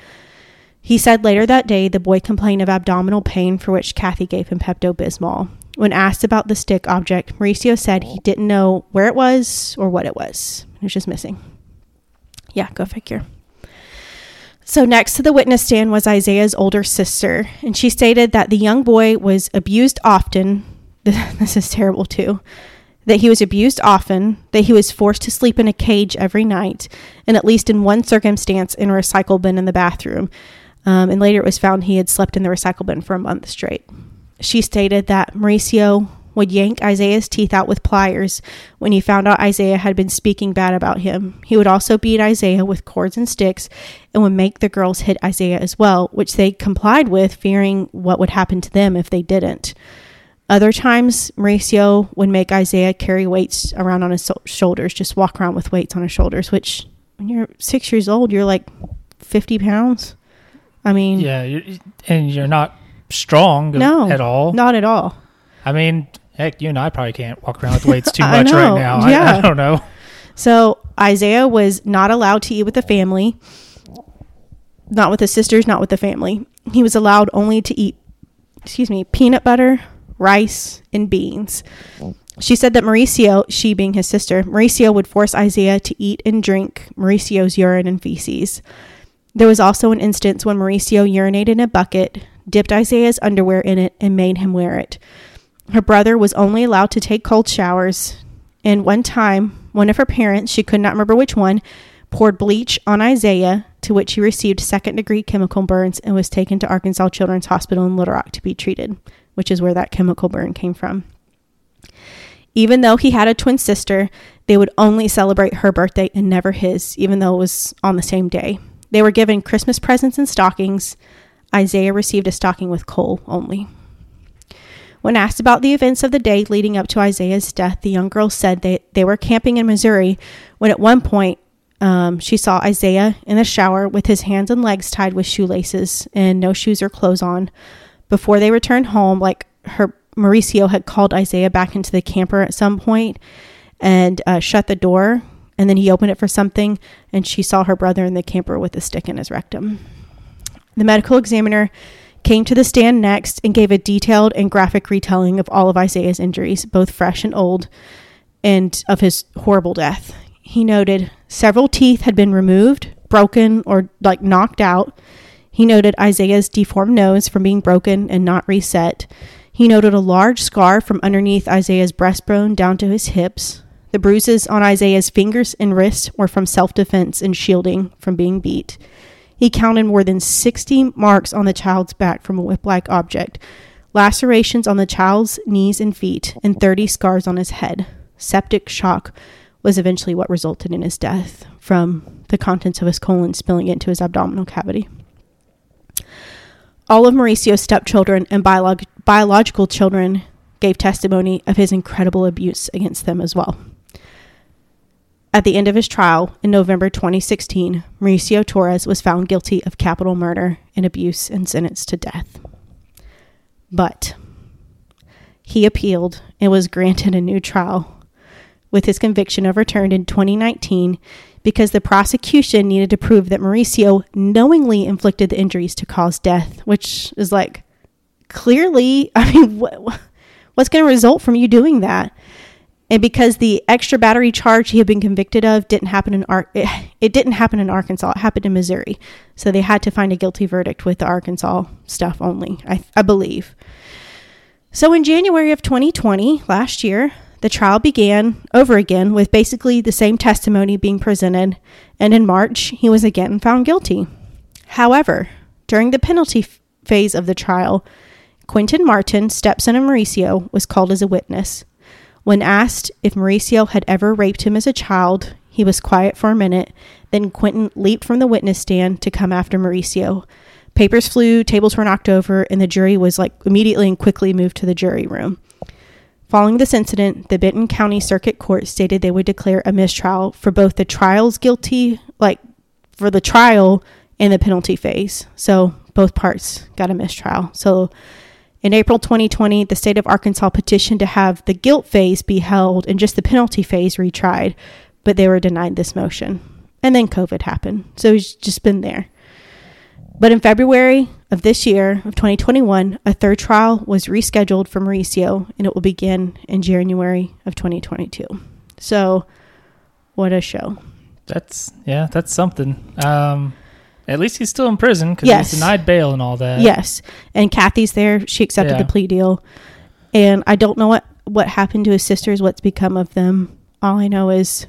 Speaker 1: He said later that day the boy complained of abdominal pain for which Kathy gave him Pepto Bismol. When asked about the stick object, Mauricio said he didn't know where it was or what it was. It was just missing. Yeah, go figure. So, next to the witness stand was Isaiah's older sister, and she stated that the young boy was abused often. This is terrible, too. That he was abused often, that he was forced to sleep in a cage every night, and at least in one circumstance in a recycle bin in the bathroom. Um, and later it was found he had slept in the recycle bin for a month straight. She stated that Mauricio would yank Isaiah's teeth out with pliers when he found out Isaiah had been speaking bad about him. He would also beat Isaiah with cords and sticks and would make the girls hit Isaiah as well, which they complied with, fearing what would happen to them if they didn't. Other times, Mauricio would make Isaiah carry weights around on his so- shoulders, just walk around with weights on his shoulders, which when you're six years old, you're like 50 pounds. I mean,
Speaker 2: Yeah, you're, and you're not strong
Speaker 1: No,
Speaker 2: at all.
Speaker 1: not at all.
Speaker 2: I mean, heck, you and I probably can't walk around with weights too
Speaker 1: I
Speaker 2: much
Speaker 1: know,
Speaker 2: right now. I,
Speaker 1: yeah.
Speaker 2: I don't know.
Speaker 1: So Isaiah was not allowed to eat with the family, not with his sisters, not with the family. He was allowed only to eat, excuse me, peanut butter, rice, and beans. She said that Mauricio, she being his sister, Mauricio would force Isaiah to eat and drink Mauricio's urine and feces. There was also an instance when Mauricio urinated in a bucket, dipped Isaiah's underwear in it, and made him wear it. Her brother was only allowed to take cold showers, and one time, one of her parents, she could not remember which one, poured bleach on Isaiah, to which he received second degree chemical burns and was taken to Arkansas Children's Hospital in Little Rock to be treated, which is where that chemical burn came from. Even though he had a twin sister, they would only celebrate her birthday and never his, even though it was on the same day. They were given Christmas presents and stockings. Isaiah received a stocking with coal only. When asked about the events of the day leading up to Isaiah's death, the young girl said that they were camping in Missouri when at one point um, she saw Isaiah in the shower with his hands and legs tied with shoelaces and no shoes or clothes on. Before they returned home, like her Mauricio had called Isaiah back into the camper at some point and uh, shut the door, and then he opened it for something, and she saw her brother in the camper with a stick in his rectum. The medical examiner came to the stand next and gave a detailed and graphic retelling of all of Isaiah's injuries, both fresh and old, and of his horrible death. He noted several teeth had been removed, broken, or like knocked out. He noted Isaiah's deformed nose from being broken and not reset. He noted a large scar from underneath Isaiah's breastbone down to his hips. The bruises on Isaiah's fingers and wrists were from self defense and shielding from being beat. He counted more than 60 marks on the child's back from a whip like object, lacerations on the child's knees and feet, and 30 scars on his head. Septic shock was eventually what resulted in his death from the contents of his colon spilling into his abdominal cavity. All of Mauricio's stepchildren and biolog- biological children gave testimony of his incredible abuse against them as well. At the end of his trial in November 2016, Mauricio Torres was found guilty of capital murder and abuse and sentenced to death. But he appealed and was granted a new trial with his conviction overturned in 2019 because the prosecution needed to prove that Mauricio knowingly inflicted the injuries to cause death, which is like clearly, I mean, what, what's going to result from you doing that? And because the extra battery charge he had been convicted of didn't happen in Ar- it, it didn't happen in Arkansas, it happened in Missouri. So they had to find a guilty verdict with the Arkansas stuff only, I, I believe. So in January of 2020, last year, the trial began over again with basically the same testimony being presented, and in March, he was again found guilty. However, during the penalty f- phase of the trial, Quentin Martin, stepson of Mauricio, was called as a witness. When asked if Mauricio had ever raped him as a child, he was quiet for a minute, then Quentin leaped from the witness stand to come after Mauricio. Papers flew, tables were knocked over, and the jury was like immediately and quickly moved to the jury room. Following this incident, the Benton County Circuit Court stated they would declare a mistrial for both the trial's guilty, like for the trial and the penalty phase. So both parts got a mistrial. So in April 2020, the state of Arkansas petitioned to have the guilt phase be held and just the penalty phase retried, but they were denied this motion. And then COVID happened. So he's just been there. But in February of this year, of 2021, a third trial was rescheduled for Mauricio and it will begin in January of 2022. So, what a show.
Speaker 2: That's yeah, that's something. Um, at least he's still in prison because
Speaker 1: Yes.
Speaker 2: he's denied bail and all that.
Speaker 1: yes. And Kathy's there. She accepted
Speaker 2: Yeah.
Speaker 1: the plea deal. And I don't know what, what happened to his sisters, what's become of them. All I know is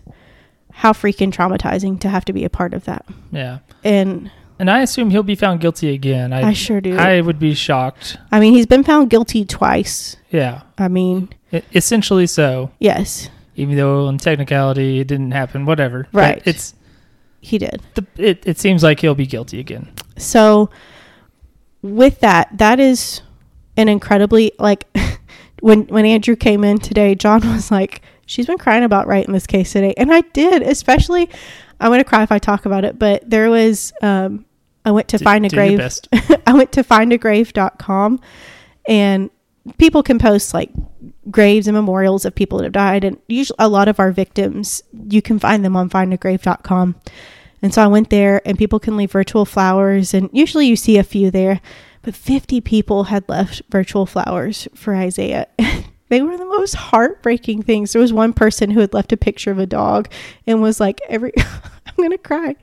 Speaker 1: how freaking traumatizing to have to be a part of that.
Speaker 2: yeah.
Speaker 1: And
Speaker 2: And I assume he'll be found guilty again. I,
Speaker 1: I sure do.
Speaker 2: I would be shocked.
Speaker 1: I mean, he's been found guilty twice.
Speaker 2: Yeah,
Speaker 1: I mean,
Speaker 2: E- essentially so.
Speaker 1: yes,
Speaker 2: Even though in technicality it didn't happen, whatever. But
Speaker 1: Right.
Speaker 2: it's
Speaker 1: he did.
Speaker 2: the it, it seems like he'll be guilty again.
Speaker 1: So, with that, that is an incredibly like when when Andrew came in today, John was like, "She's been crying about right in this case today," and I did. Especially, I'm gonna cry if I talk about it. But there was, um, I went to
Speaker 2: Do-
Speaker 1: find a
Speaker 2: do your
Speaker 1: grave.
Speaker 2: best.
Speaker 1: I went to findagrave.com and people can post like graves and memorials of people that have died and usually a lot of our victims you can find them on findagrave.com. And so I went there and people can leave virtual flowers and usually you see a few there, but 50 people had left virtual flowers for Isaiah. they were the most heartbreaking things. There was one person who had left a picture of a dog and was like every I I'm going to cry.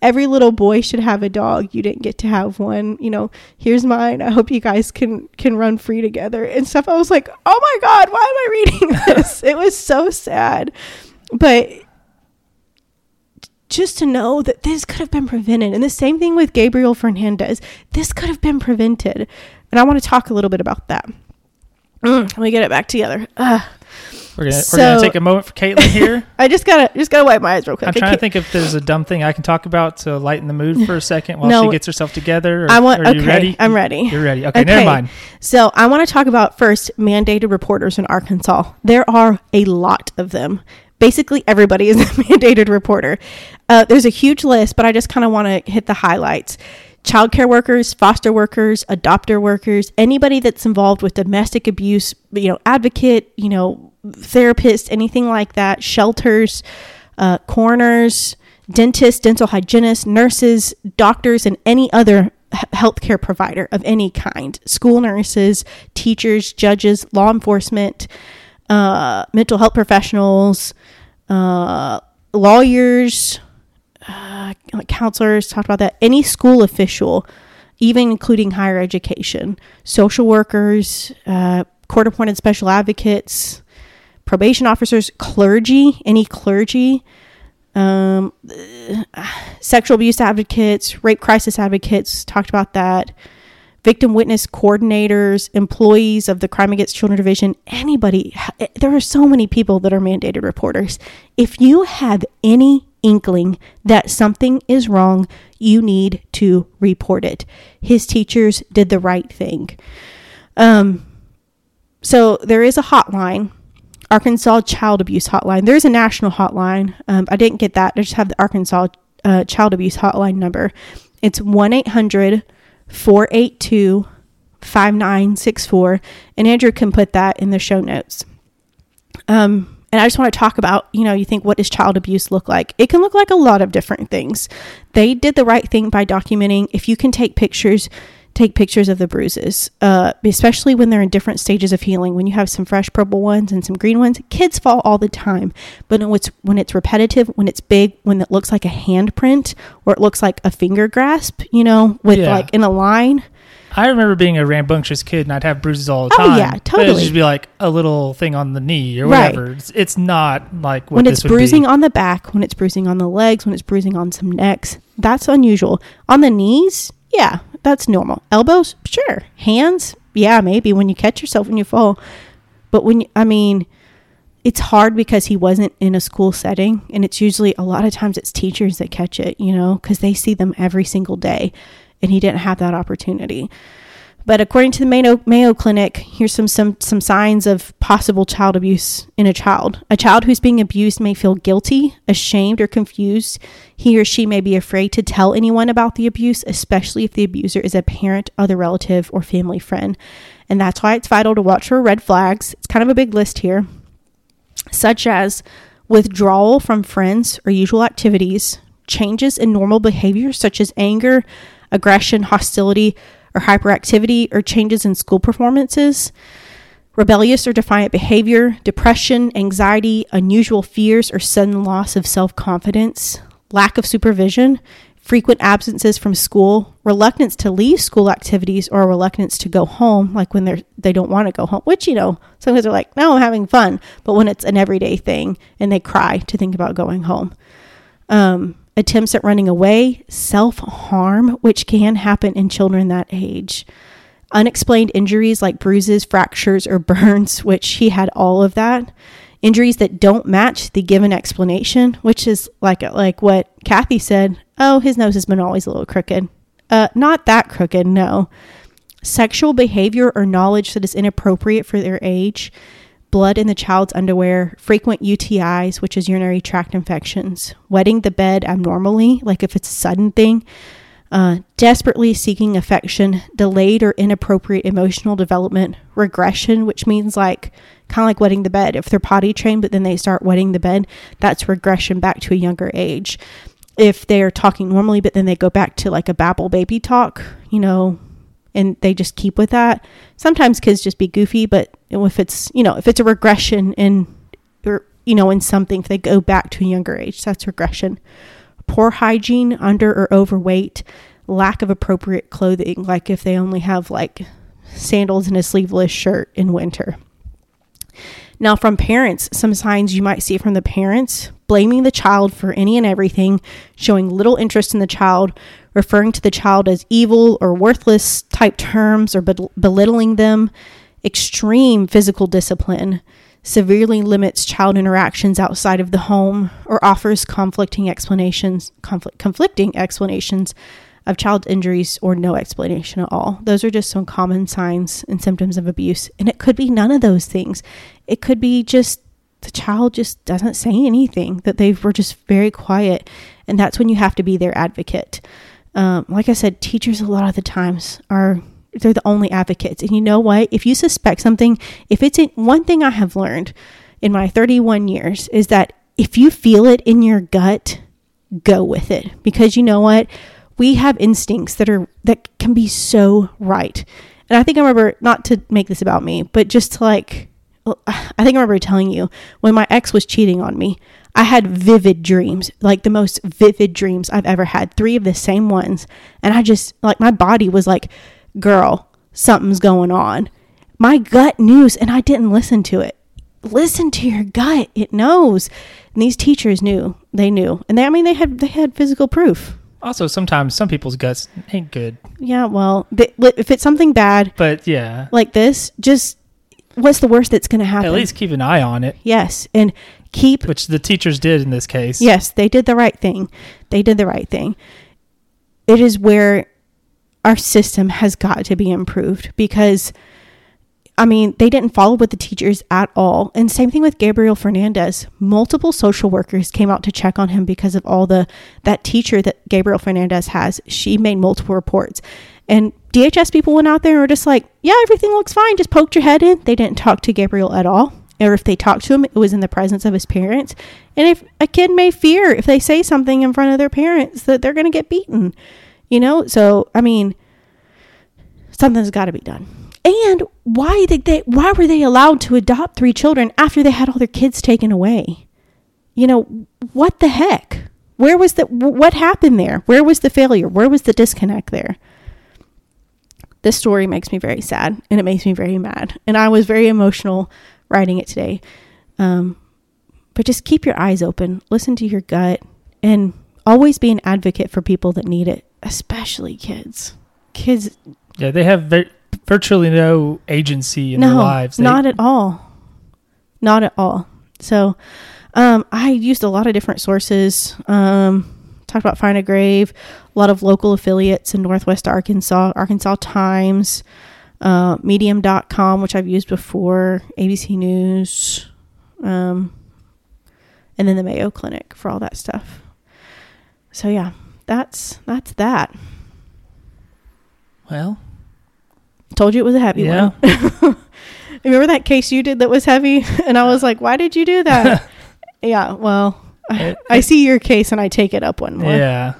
Speaker 1: Every little boy should have a dog. You didn't get to have one. You know, here's mine. I hope you guys can can run free together and stuff. I was like, "Oh my god, why am I reading this?" it was so sad. But just to know that this could have been prevented. And the same thing with Gabriel Fernandez. This could have been prevented. And I want to talk a little bit about that. Mm, let me get it back together. Ugh.
Speaker 2: We're gonna,
Speaker 1: So-
Speaker 2: we're gonna take a moment for Caitlin here.
Speaker 1: I just gotta just gotta wipe my eyes real quick.
Speaker 2: I'm
Speaker 1: I
Speaker 2: trying to
Speaker 1: can't-
Speaker 2: think if there's a dumb thing I can talk about to lighten the mood for a second while
Speaker 1: No.
Speaker 2: she gets herself together. Or,
Speaker 1: I want.
Speaker 2: Are
Speaker 1: Okay,
Speaker 2: you ready?
Speaker 1: I'm ready.
Speaker 2: You're ready. Okay, never mind.
Speaker 1: So I want to talk about first mandated reporters in Arkansas. There are a lot of them. Basically, everybody is a mandated reporter. Uh, there's a huge list, but I just kind of want to hit the highlights. Childcare workers, foster workers, adopter workers, anybody that's involved with domestic abuse, you know, advocate, you know, therapist, anything like that, shelters, uh, coroners, dentists, dental hygienists, nurses, doctors, and any other h- healthcare provider of any kind school nurses, teachers, judges, law enforcement, uh, mental health professionals, uh, lawyers, uh, like counselors, talked about that, any school official, even including higher education, social workers, uh, court appointed special advocates, probation officers, clergy, any clergy, um, sexual abuse advocates, rape crisis advocates, talked about that, victim witness coordinators, employees of the Crime Against Children Division, anybody. eh, There are so many people that are mandated reporters. If you have any inkling that something is wrong, you need to report it. His teachers did the right thing. Um, so there is a hotline arkansas child abuse hotline there's a national hotline um, i didn't get that i just have the arkansas uh, child abuse hotline number it's 1-800-482-5964 and andrew can put that in the show notes um, and I just want to talk about, you know, you think, what does child abuse look like? It can look like a lot of different things. They did the right thing by documenting. If you can take pictures, take pictures of the bruises, uh, especially when they're in different stages of healing. When you have some fresh purple ones and some green ones, kids fall all the time. But when it's, when it's repetitive, when it's big, when it looks like a handprint or it looks like a finger grasp, you know, with
Speaker 2: Yeah.
Speaker 1: like in a line,
Speaker 2: I remember being a rambunctious kid and I'd have bruises all the
Speaker 1: Oh,
Speaker 2: time.
Speaker 1: yeah,
Speaker 2: But it would
Speaker 1: totally.
Speaker 2: just be like a little thing on the knee or
Speaker 1: Right.
Speaker 2: whatever. It's, it's not like what
Speaker 1: when
Speaker 2: this
Speaker 1: it's
Speaker 2: would
Speaker 1: bruising
Speaker 2: be.
Speaker 1: on the back, when it's bruising on the legs, when it's bruising on some necks, that's unusual. On the knees, yeah, that's normal. Elbows, sure. Hands, yeah, maybe when you catch yourself when you fall. But when you, I mean, it's hard because he wasn't in a school setting, and it's usually a lot of times it's teachers that catch it, you know, because they see them every single day, and he didn't have that opportunity. But according to the Mayo, Mayo Clinic, here's some, some some signs of possible child abuse in a child. A child who's being abused may feel guilty, ashamed, or confused. He or she may be afraid to tell anyone about the abuse, especially if the abuser is a parent, other relative, or family friend. And that's why it's vital to watch for red flags. It's kind of a big list here such as withdrawal from friends or usual activities, changes in normal behavior such as anger, aggression, hostility, or hyperactivity, or changes in school performances, rebellious or defiant behavior, depression, anxiety, unusual fears, or sudden loss of self confidence, lack of supervision, frequent absences from school, reluctance to leave school activities, or reluctance to go home, like when they're they don't want to go home. Which you know, some kids are like, "No, I'm having fun," but when it's an everyday thing and they cry to think about going home um, attempts at running away, self harm, which can happen in children that age, unexplained injuries like bruises, fractures, or burns, which he had all of that. Injuries that don't match the given explanation, which is like like what Kathy said. Oh, his nose has been always a little crooked. Uh, not that crooked, no sexual behavior or knowledge that is inappropriate for their age, blood in the child's underwear, frequent UTIs, which is urinary tract infections, wetting the bed abnormally, like if it's a sudden thing, uh, desperately seeking affection, delayed or inappropriate emotional development, regression, which means like kind of like wetting the bed. If they're potty trained, but then they start wetting the bed, that's regression back to a younger age. If they're talking normally, but then they go back to like a babble baby talk, you know, and they just keep with that. Sometimes kids just be goofy, but if it's you know if it's a regression in or you know in something, if they go back to a younger age, that's regression. poor hygiene, under or overweight, lack of appropriate clothing, like if they only have like sandals and a sleeveless shirt in winter. Now, from parents, some signs you might see from the parents blaming the child for any and everything, showing little interest in the child, referring to the child as evil or worthless type terms, or bel- belittling them, extreme physical discipline, severely limits child interactions outside of the home, or offers conflicting explanations, conflict, conflicting explanations of child injuries or no explanation at all. Those are just some common signs and symptoms of abuse. And it could be none of those things. It could be just the child just doesn't say anything, that they were just very quiet. And that's when you have to be their advocate. Um, like I said, teachers a lot of the times are they're the only advocates. And you know what? If you suspect something, if it's in, one thing I have learned in my 31 years is that if you feel it in your gut, go with it because you know what? we have instincts that are that can be so right. And I think I remember not to make this about me, but just to like I think I remember telling you when my ex was cheating on me, I had vivid dreams, like the most vivid dreams I've ever had, three of the same ones. And I just like my body was like, "Girl, something's going on." My gut knew and I didn't listen to it listen to your gut it knows and these teachers knew they knew and they i mean they had they had physical proof
Speaker 2: Also, sometimes some people's guts ain't good,
Speaker 1: yeah, well, th- li- if it's something bad
Speaker 2: but yeah,
Speaker 1: like this, just what's the worst that's going to happen?
Speaker 2: at least keep an eye on it,
Speaker 1: yes, and keep
Speaker 2: which the teachers did in this case.
Speaker 1: yes, they did the right thing. They did the right thing. It is where our system has got to be improved because I mean, they didn't follow with the teachers at all. And same thing with Gabriel Fernandez. Multiple social workers came out to check on him because of all the that teacher that Gabriel Fernandez has. She made multiple reports. And DHS people went out there and were just like, "Yeah, everything looks fine. Just poked your head in." They didn't talk to Gabriel at all. Or if they talked to him, it was in the presence of his parents. And if a kid may fear if they say something in front of their parents that they're going to get beaten, you know? So, I mean, something's got to be done. And why did they? Why were they allowed to adopt three children after they had all their kids taken away? You know what the heck? Where was the? What happened there? Where was the failure? Where was the disconnect there? This story makes me very sad, and it makes me very mad, and I was very emotional writing it today. Um, but just keep your eyes open, listen to your gut, and always be an advocate for people that need it, especially kids. Kids
Speaker 2: yeah, they have vir- virtually no agency in
Speaker 1: no,
Speaker 2: their lives. They-
Speaker 1: not at all. Not at all. So, um, I used a lot of different sources. Um, talked about Find a Grave, a lot of local affiliates in Northwest Arkansas, Arkansas Times, uh, Medium.com, which I've used before, ABC News, um, and then the Mayo Clinic for all that stuff. So yeah, that's that's that.
Speaker 2: well,
Speaker 1: Told you it was a happy
Speaker 2: Yeah.
Speaker 1: one. Remember that case you did that was heavy? And I was like, why did you do that? yeah, well,
Speaker 2: It-
Speaker 1: I see your case and I take it up one more.
Speaker 2: yeah.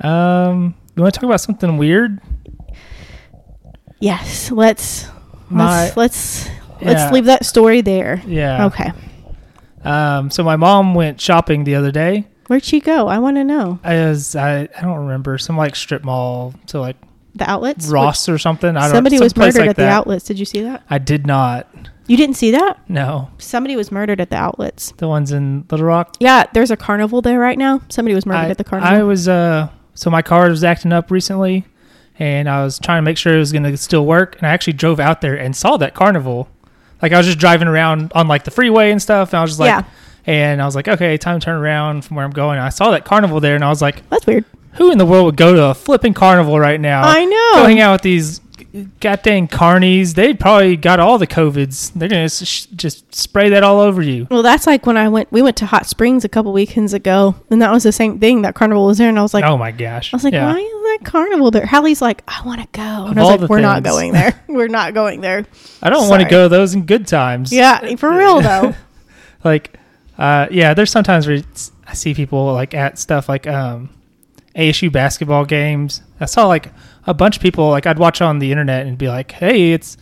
Speaker 2: Um, you want to talk about something weird?
Speaker 1: Yes, let's
Speaker 2: My-
Speaker 1: let's let's,
Speaker 2: Yeah.
Speaker 1: let's leave that story there.
Speaker 2: Yeah.
Speaker 1: Okay.
Speaker 2: Um, so my mom went shopping the other day.
Speaker 1: Where'd she go? I want to know.
Speaker 2: I was I, I don't remember some like strip mall to like
Speaker 1: The outlets?
Speaker 2: Ross or something. I don't
Speaker 1: Somebody
Speaker 2: some
Speaker 1: was
Speaker 2: place
Speaker 1: murdered
Speaker 2: like
Speaker 1: at the
Speaker 2: that.
Speaker 1: outlets. Did you see that?
Speaker 2: I did not.
Speaker 1: You didn't see that?
Speaker 2: No,
Speaker 1: Somebody was murdered at the outlets.
Speaker 2: the ones in Little Rock.
Speaker 1: Yeah, there's a carnival there right now. Somebody was murdered
Speaker 2: I,
Speaker 1: at the
Speaker 2: I
Speaker 1: carnival.
Speaker 2: was uh so my car was acting up recently, and I was trying to make sure it was going to still work. And I actually drove out there and saw that carnival. Like I was just driving around on like the freeway and stuff, and I was just like,
Speaker 1: Yeah.
Speaker 2: and I was like, okay, time to turn around from where I'm going. And I saw that carnival there, and I was like,
Speaker 1: That's weird.
Speaker 2: who in the world would go to a flipping carnival right now?
Speaker 1: I know.
Speaker 2: uh, Go hang out with these goddamn carnies. They probably got all the covids. They're gonna s- just spray that all over you.
Speaker 1: Well, that's like when I went. We went to Hot Springs a couple weekends ago, and that was the same thing. That carnival was there, and I was like,
Speaker 2: oh my gosh!
Speaker 1: I was like,
Speaker 2: yeah.
Speaker 1: why is that carnival there? Hallie's like, I want to go,
Speaker 2: Of
Speaker 1: and I
Speaker 2: all
Speaker 1: was
Speaker 2: the
Speaker 1: like, we're not
Speaker 2: things.
Speaker 1: going there. we're not going there.
Speaker 2: I don't want to
Speaker 1: sorry.
Speaker 2: go to those in good times.
Speaker 1: Yeah, for real though.
Speaker 2: like uh yeah there's sometimes where it's- i see people like at stuff like um asu basketball games i saw like a bunch of people like i'd watch on the internet and be like hey it's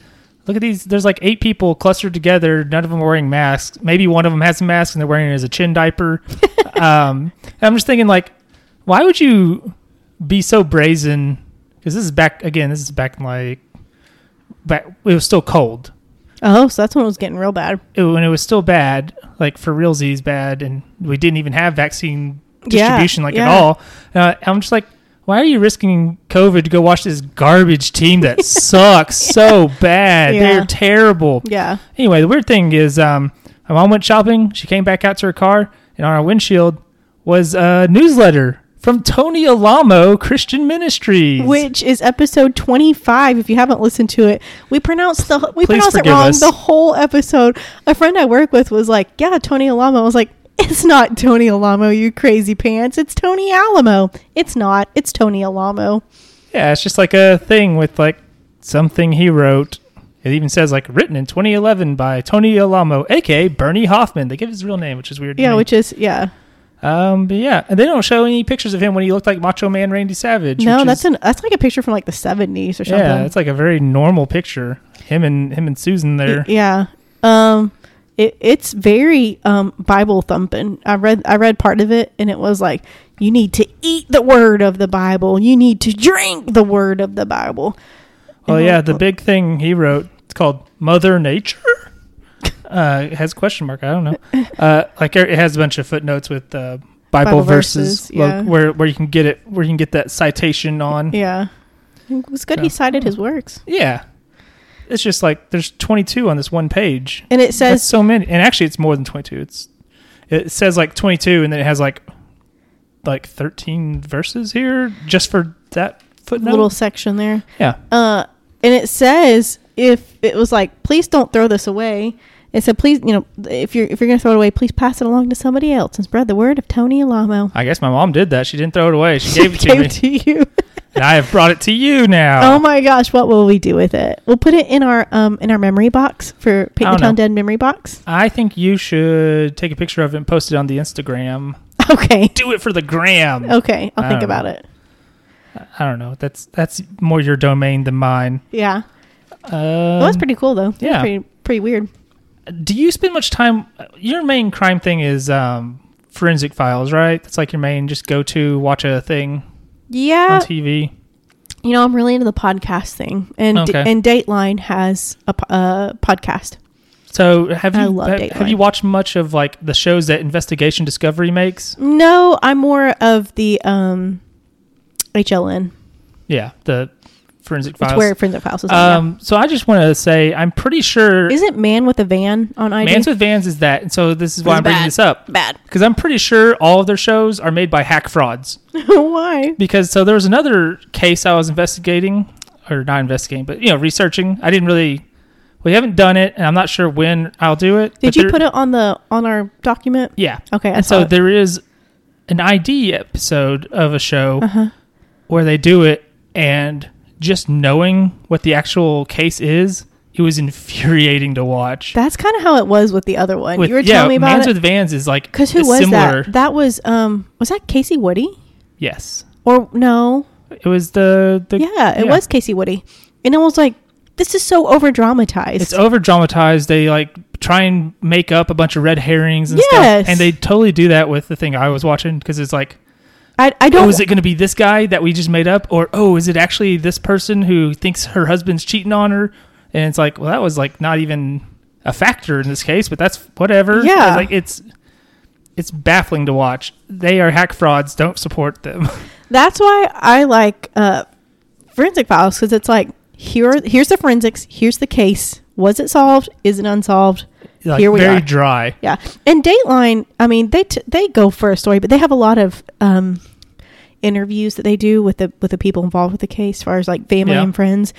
Speaker 2: look at these there's like eight people clustered together none of them are wearing masks maybe one of them has a mask and they're wearing it as a chin diaper um and i'm just thinking like Why would you be so brazen? Because this is back again. This is back in like back. It was still cold
Speaker 1: Oh, so that's when it was getting real bad.
Speaker 2: it, when it was still bad, like for realsies bad, and we didn't even have vaccine
Speaker 1: Yeah,
Speaker 2: distribution like at
Speaker 1: yeah.
Speaker 2: all. Uh, I'm just like, why are you risking COVID to go watch this garbage team that sucks so bad?
Speaker 1: Yeah.
Speaker 2: They're terrible.
Speaker 1: Yeah.
Speaker 2: Anyway, the weird thing is, um, my mom went shopping. She came back out to her car, and on our windshield was a newsletter from Tony Alamo Christian Ministries.
Speaker 1: Which is episode 25. If you haven't listened to it, we pronounced the we
Speaker 2: Please
Speaker 1: pronounced it
Speaker 2: forgive
Speaker 1: wrong
Speaker 2: us.
Speaker 1: the whole episode. A friend I work with was like, "Yeah, Tony Alamo." I was like, "It's not Tony Alamo, you crazy pants. It's Tony Alamo. It's not. It's Tony Alamo."
Speaker 2: Yeah, it's just like a thing with like something he wrote. It even says like written in 2011 by Tony Alamo, aka Bernie Hoffman. They give his real name, which is weird. to
Speaker 1: Yeah,
Speaker 2: me.
Speaker 1: which is yeah.
Speaker 2: um, but yeah, and they don't show any pictures of him when he looked like Macho Man Randy Savage.
Speaker 1: no,
Speaker 2: which
Speaker 1: that's
Speaker 2: is,
Speaker 1: an that's like a picture from like the 70s or something.
Speaker 2: yeah, it's like a very normal picture. Him and him and Susan there.
Speaker 1: Y- Yeah. Um it, it's very um Bible thumping. I read I read part of it and it was like you need to eat the word of the Bible. You need to drink the word of the Bible.
Speaker 2: Well,
Speaker 1: And
Speaker 2: Oh, yeah,
Speaker 1: I'm
Speaker 2: the
Speaker 1: like,
Speaker 2: big thing he wrote, it's called Mother Nature. Uh, it has question mark. I don't know. Uh, like it has a bunch of footnotes with uh, Bible,
Speaker 1: Bible
Speaker 2: verses,
Speaker 1: verses, yeah.
Speaker 2: lo- where where you can get it, where you can get that citation on. Yeah.
Speaker 1: Yeah. It was good he
Speaker 2: Yeah.
Speaker 1: cited his works.
Speaker 2: it's just like there's 22 on this one page.
Speaker 1: And it
Speaker 2: That's
Speaker 1: says
Speaker 2: so many, and actually it's more than 22. It's it says like 22, and then it has like like 13 verses here just for that footnote.
Speaker 1: little section there.
Speaker 2: yeah,
Speaker 1: Uh, and it says if it was like, please don't throw this away. It said, please, you know, if you're if you're gonna throw it away, please pass it along to somebody else and spread the word of Tony Alamo.
Speaker 2: I guess my mom did that. She didn't throw it away. She gave it to
Speaker 1: Gave
Speaker 2: me.
Speaker 1: to you.
Speaker 2: and I have brought it to you now.
Speaker 1: Oh my gosh, what will we do with it? We'll put it in our um in our memory box for
Speaker 2: I
Speaker 1: Paint
Speaker 2: don't
Speaker 1: the Town
Speaker 2: know.
Speaker 1: Dead memory box.
Speaker 2: I think you should take a picture of it and post it on the Instagram.
Speaker 1: Okay.
Speaker 2: Do it for the gram.
Speaker 1: Okay, I'll
Speaker 2: I
Speaker 1: think
Speaker 2: don't
Speaker 1: about
Speaker 2: know.
Speaker 1: it.
Speaker 2: I don't know. That's that's more your domain than mine.
Speaker 1: Yeah.
Speaker 2: Um,
Speaker 1: Well, that was pretty cool though. That was
Speaker 2: yeah.
Speaker 1: Pretty pretty weird.
Speaker 2: do you spend much time? Your main crime thing is um, forensic files, right? That's like your main just go to watch a thing
Speaker 1: Yeah.
Speaker 2: on TV.
Speaker 1: You know, I'm really into the podcast thing. And
Speaker 2: Okay.
Speaker 1: and Dateline has a po- uh, podcast.
Speaker 2: So have you
Speaker 1: I love
Speaker 2: have, have
Speaker 1: Dateline.
Speaker 2: you watched much of like the shows that Investigation Discovery makes?
Speaker 1: No, I'm more of the um HLN.
Speaker 2: Yeah, the forensic
Speaker 1: It's
Speaker 2: files.
Speaker 1: where Friends of House is. Um,
Speaker 2: um, so I just want to say I'm pretty sure
Speaker 1: Isn't Man with a Van on ID?
Speaker 2: Mans with Vans is that, and so this is why
Speaker 1: It's
Speaker 2: I'm bringing
Speaker 1: bad.
Speaker 2: this up
Speaker 1: Bad.
Speaker 2: because I'm pretty sure all of their shows are made by hack frauds.
Speaker 1: Why?
Speaker 2: Because so there was another case I was investigating, or not investigating, but you know researching. I didn't really, we haven't done it, and I'm not sure when I'll do it.
Speaker 1: Did you put it on the on our document?
Speaker 2: Yeah.
Speaker 1: Okay, I
Speaker 2: and
Speaker 1: saw
Speaker 2: so
Speaker 1: it.
Speaker 2: there is an ID episode of a show
Speaker 1: Uh-huh.
Speaker 2: where they do it, and just knowing what the actual case is, it was infuriating to watch.
Speaker 1: That's kind of how it was with the other one.
Speaker 2: With-
Speaker 1: you were
Speaker 2: yeah,
Speaker 1: telling me about
Speaker 2: Mans
Speaker 1: it.
Speaker 2: with Vans is like
Speaker 1: Because who
Speaker 2: it's
Speaker 1: was
Speaker 2: similar.
Speaker 1: that? That was um was that Casey Woody
Speaker 2: Yes.
Speaker 1: or no?
Speaker 2: It was the, the
Speaker 1: yeah, it was Casey Woody, and it was like this is so over dramatized.
Speaker 2: It's over dramatized. They like try and make up a bunch of red herrings and
Speaker 1: Yes.
Speaker 2: stuff, and they totally do that with the thing I was watching because it's like,
Speaker 1: I I don't.
Speaker 2: oh, is it going to be this guy that we just made up, or oh, is it actually this person who thinks her husband's cheating on her? And it's like, well, that was like not even a factor in this case, but that's whatever.
Speaker 1: Yeah.
Speaker 2: like it's it's baffling to watch. They are hack frauds. Don't support them.
Speaker 1: That's why I like uh forensic files because it's like here here's the forensics, here's the case. Was it solved? Is it unsolved?
Speaker 2: like,
Speaker 1: Here we
Speaker 2: very
Speaker 1: are.
Speaker 2: dry.
Speaker 1: Yeah, and Dateline. I mean, they t- they go for a story, but they have a lot of um, interviews that they do with the with the people involved with the case, as far as like family
Speaker 2: Yeah.
Speaker 1: and friends.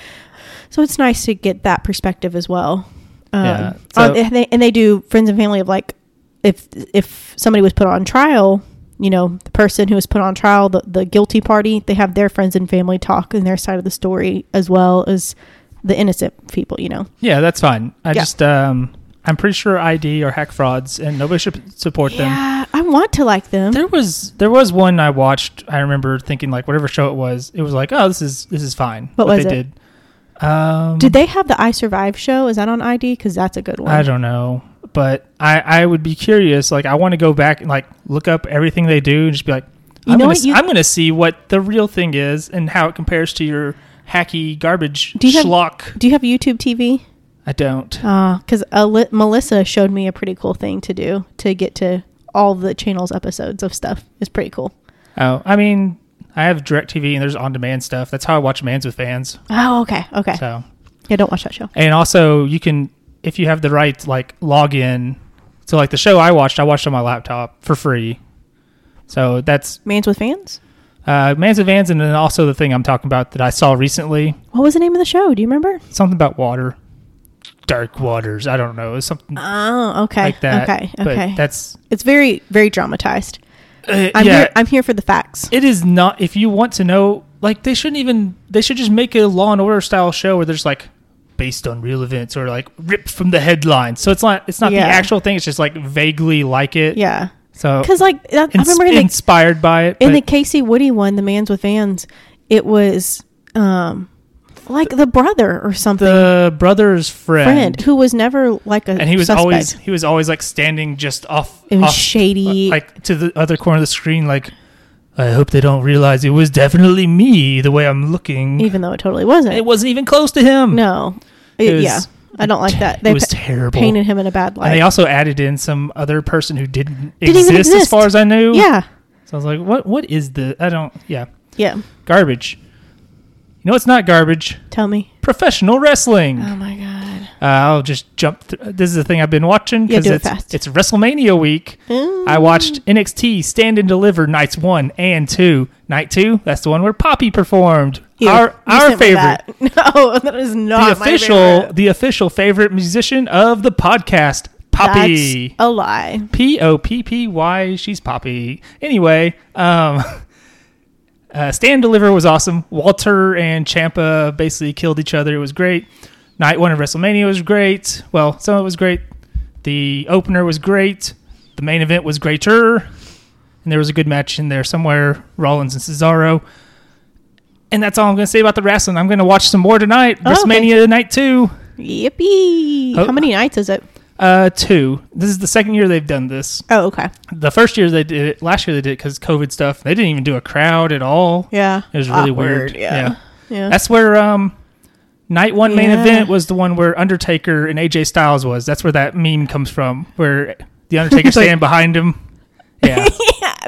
Speaker 1: So it's nice to get that perspective as well. Um,
Speaker 2: Yeah,
Speaker 1: on-
Speaker 2: so-
Speaker 1: and, they, and they do friends and family of like if if somebody was put on trial, you know, the person who was put on trial, the the guilty party, they have their friends and family talk and their side of the story as well as the innocent people. You know.
Speaker 2: Yeah, that's fine. I
Speaker 1: Yeah.
Speaker 2: just um I'm pretty sure ID are hack frauds and nobody should support them.
Speaker 1: Yeah, I want to like them.
Speaker 2: There was there was one I watched. I remember thinking like whatever show it was, it was like, "Oh, this is this is fine."
Speaker 1: What was
Speaker 2: they
Speaker 1: it?
Speaker 2: did. Um
Speaker 1: Did they have the I Survive show? Is that on ID? Because that's a good one.
Speaker 2: I don't know, but I I would be curious like I want to go back and like look up everything they do and just be like,
Speaker 1: You
Speaker 2: I'm
Speaker 1: know
Speaker 2: gonna,
Speaker 1: what?
Speaker 2: s-
Speaker 1: You-
Speaker 2: I'm gonna see what the real thing is and how it compares to your hacky garbage
Speaker 1: Do you have-
Speaker 2: schlock.
Speaker 1: Do you have YouTube TV?
Speaker 2: I don't.
Speaker 1: Because Melissa showed me a pretty cool thing to do to get to all the channels episodes of stuff. It's pretty cool.
Speaker 2: Oh, I mean, I have DirecTV and there's on-demand stuff. That's how I watch Mans with Fans.
Speaker 1: Oh, okay, okay.
Speaker 2: So,
Speaker 1: Yeah, don't watch that show.
Speaker 2: and also you can, if you have the right, like login to like the show I watched. I watched on my laptop for free. So that's
Speaker 1: Mans with Fans.
Speaker 2: uh, Mans with Fans, and then also the thing I'm talking about that I saw recently.
Speaker 1: What was the name of the show? Do you remember?
Speaker 2: Something about water, dark waters. I don't know. It was something
Speaker 1: Oh, okay,
Speaker 2: like that.
Speaker 1: okay,
Speaker 2: But
Speaker 1: okay.
Speaker 2: that's
Speaker 1: it's very, very dramatized.
Speaker 2: uh,
Speaker 1: I'm
Speaker 2: yeah.
Speaker 1: here. I'm here for the facts.
Speaker 2: it is not. If you want to know, like they shouldn't even. They should just make a Law and Order style show where there's like based on real events or like ripped from the headlines. So it's not. It's not
Speaker 1: Yeah.
Speaker 2: the actual thing. It's just like vaguely like it.
Speaker 1: Yeah,
Speaker 2: So
Speaker 1: because like that, I
Speaker 2: ins-
Speaker 1: remember in the,
Speaker 2: inspired by it.
Speaker 1: in the
Speaker 2: but
Speaker 1: Casey Woody one, the Mans with Fans, it was um like the brother or something
Speaker 2: the brother's friend.
Speaker 1: friend who was never like a
Speaker 2: and he was
Speaker 1: suspect.
Speaker 2: always he was always like standing just off,
Speaker 1: It was
Speaker 2: off
Speaker 1: shady.
Speaker 2: like to the other corner of the screen like I hope they don't realize it was definitely me the way I'm looking.
Speaker 1: even though it totally wasn't.
Speaker 2: it wasn't even close to him.
Speaker 1: no,
Speaker 2: It
Speaker 1: It-
Speaker 2: was-
Speaker 1: yeah, I don't like that. They
Speaker 2: it was
Speaker 1: pa-
Speaker 2: terrible.
Speaker 1: painted him in a bad
Speaker 2: and
Speaker 1: light.
Speaker 2: they also added in some other person who didn't,
Speaker 1: Didn't even
Speaker 2: exist, as
Speaker 1: exist.
Speaker 2: far as I knew.
Speaker 1: yeah,
Speaker 2: So I was like, what what is the I don't yeah.
Speaker 1: yeah.
Speaker 2: Garbage. You know it's not garbage?
Speaker 1: Tell me.
Speaker 2: Professional wrestling.
Speaker 1: Oh my god.
Speaker 2: Uh, I'll just jump. Th- this is the thing I've been watching
Speaker 1: Yeah, do it
Speaker 2: it's,
Speaker 1: fast.
Speaker 2: it's WrestleMania week. I watched NXT Stand and Deliver nights one and two. Night two, that's the one where Poppy performed.
Speaker 1: You-
Speaker 2: our
Speaker 1: you
Speaker 2: our
Speaker 1: sent me
Speaker 2: favorite,
Speaker 1: that. No, that is
Speaker 2: the
Speaker 1: not my
Speaker 2: official,
Speaker 1: favorite.
Speaker 2: the official favorite musician of the podcast, Poppy.
Speaker 1: That's a lie.
Speaker 2: P O P P Y. She's Poppy. Anyway, um, uh, Stand Deliver was awesome. Walter and Champa basically killed each other. It was great. Night one of WrestleMania was great. Well, some of it was great. The opener was great. The main event was greater. And there was a good match in there somewhere. Rollins and Cesaro. And that's all I'm going to say about the wrestling. I'm going to watch some more tonight.
Speaker 1: Oh, okay.
Speaker 2: WrestleMania night two.
Speaker 1: Yippee!
Speaker 2: Oh.
Speaker 1: How many nights is it?
Speaker 2: Uh, two. This is the second year they've done this.
Speaker 1: Oh, okay.
Speaker 2: the first year they did it, last year they did it because COVID stuff. They didn't even do a crowd at all.
Speaker 1: Yeah.
Speaker 2: It was really weird.
Speaker 1: Yeah. Yeah.
Speaker 2: That's where um, night one main
Speaker 1: Yeah.
Speaker 2: event was the one where Undertaker and AJ Styles was. That's where that meme comes from, where the Undertaker
Speaker 1: It's like-
Speaker 2: standing behind him. Yeah,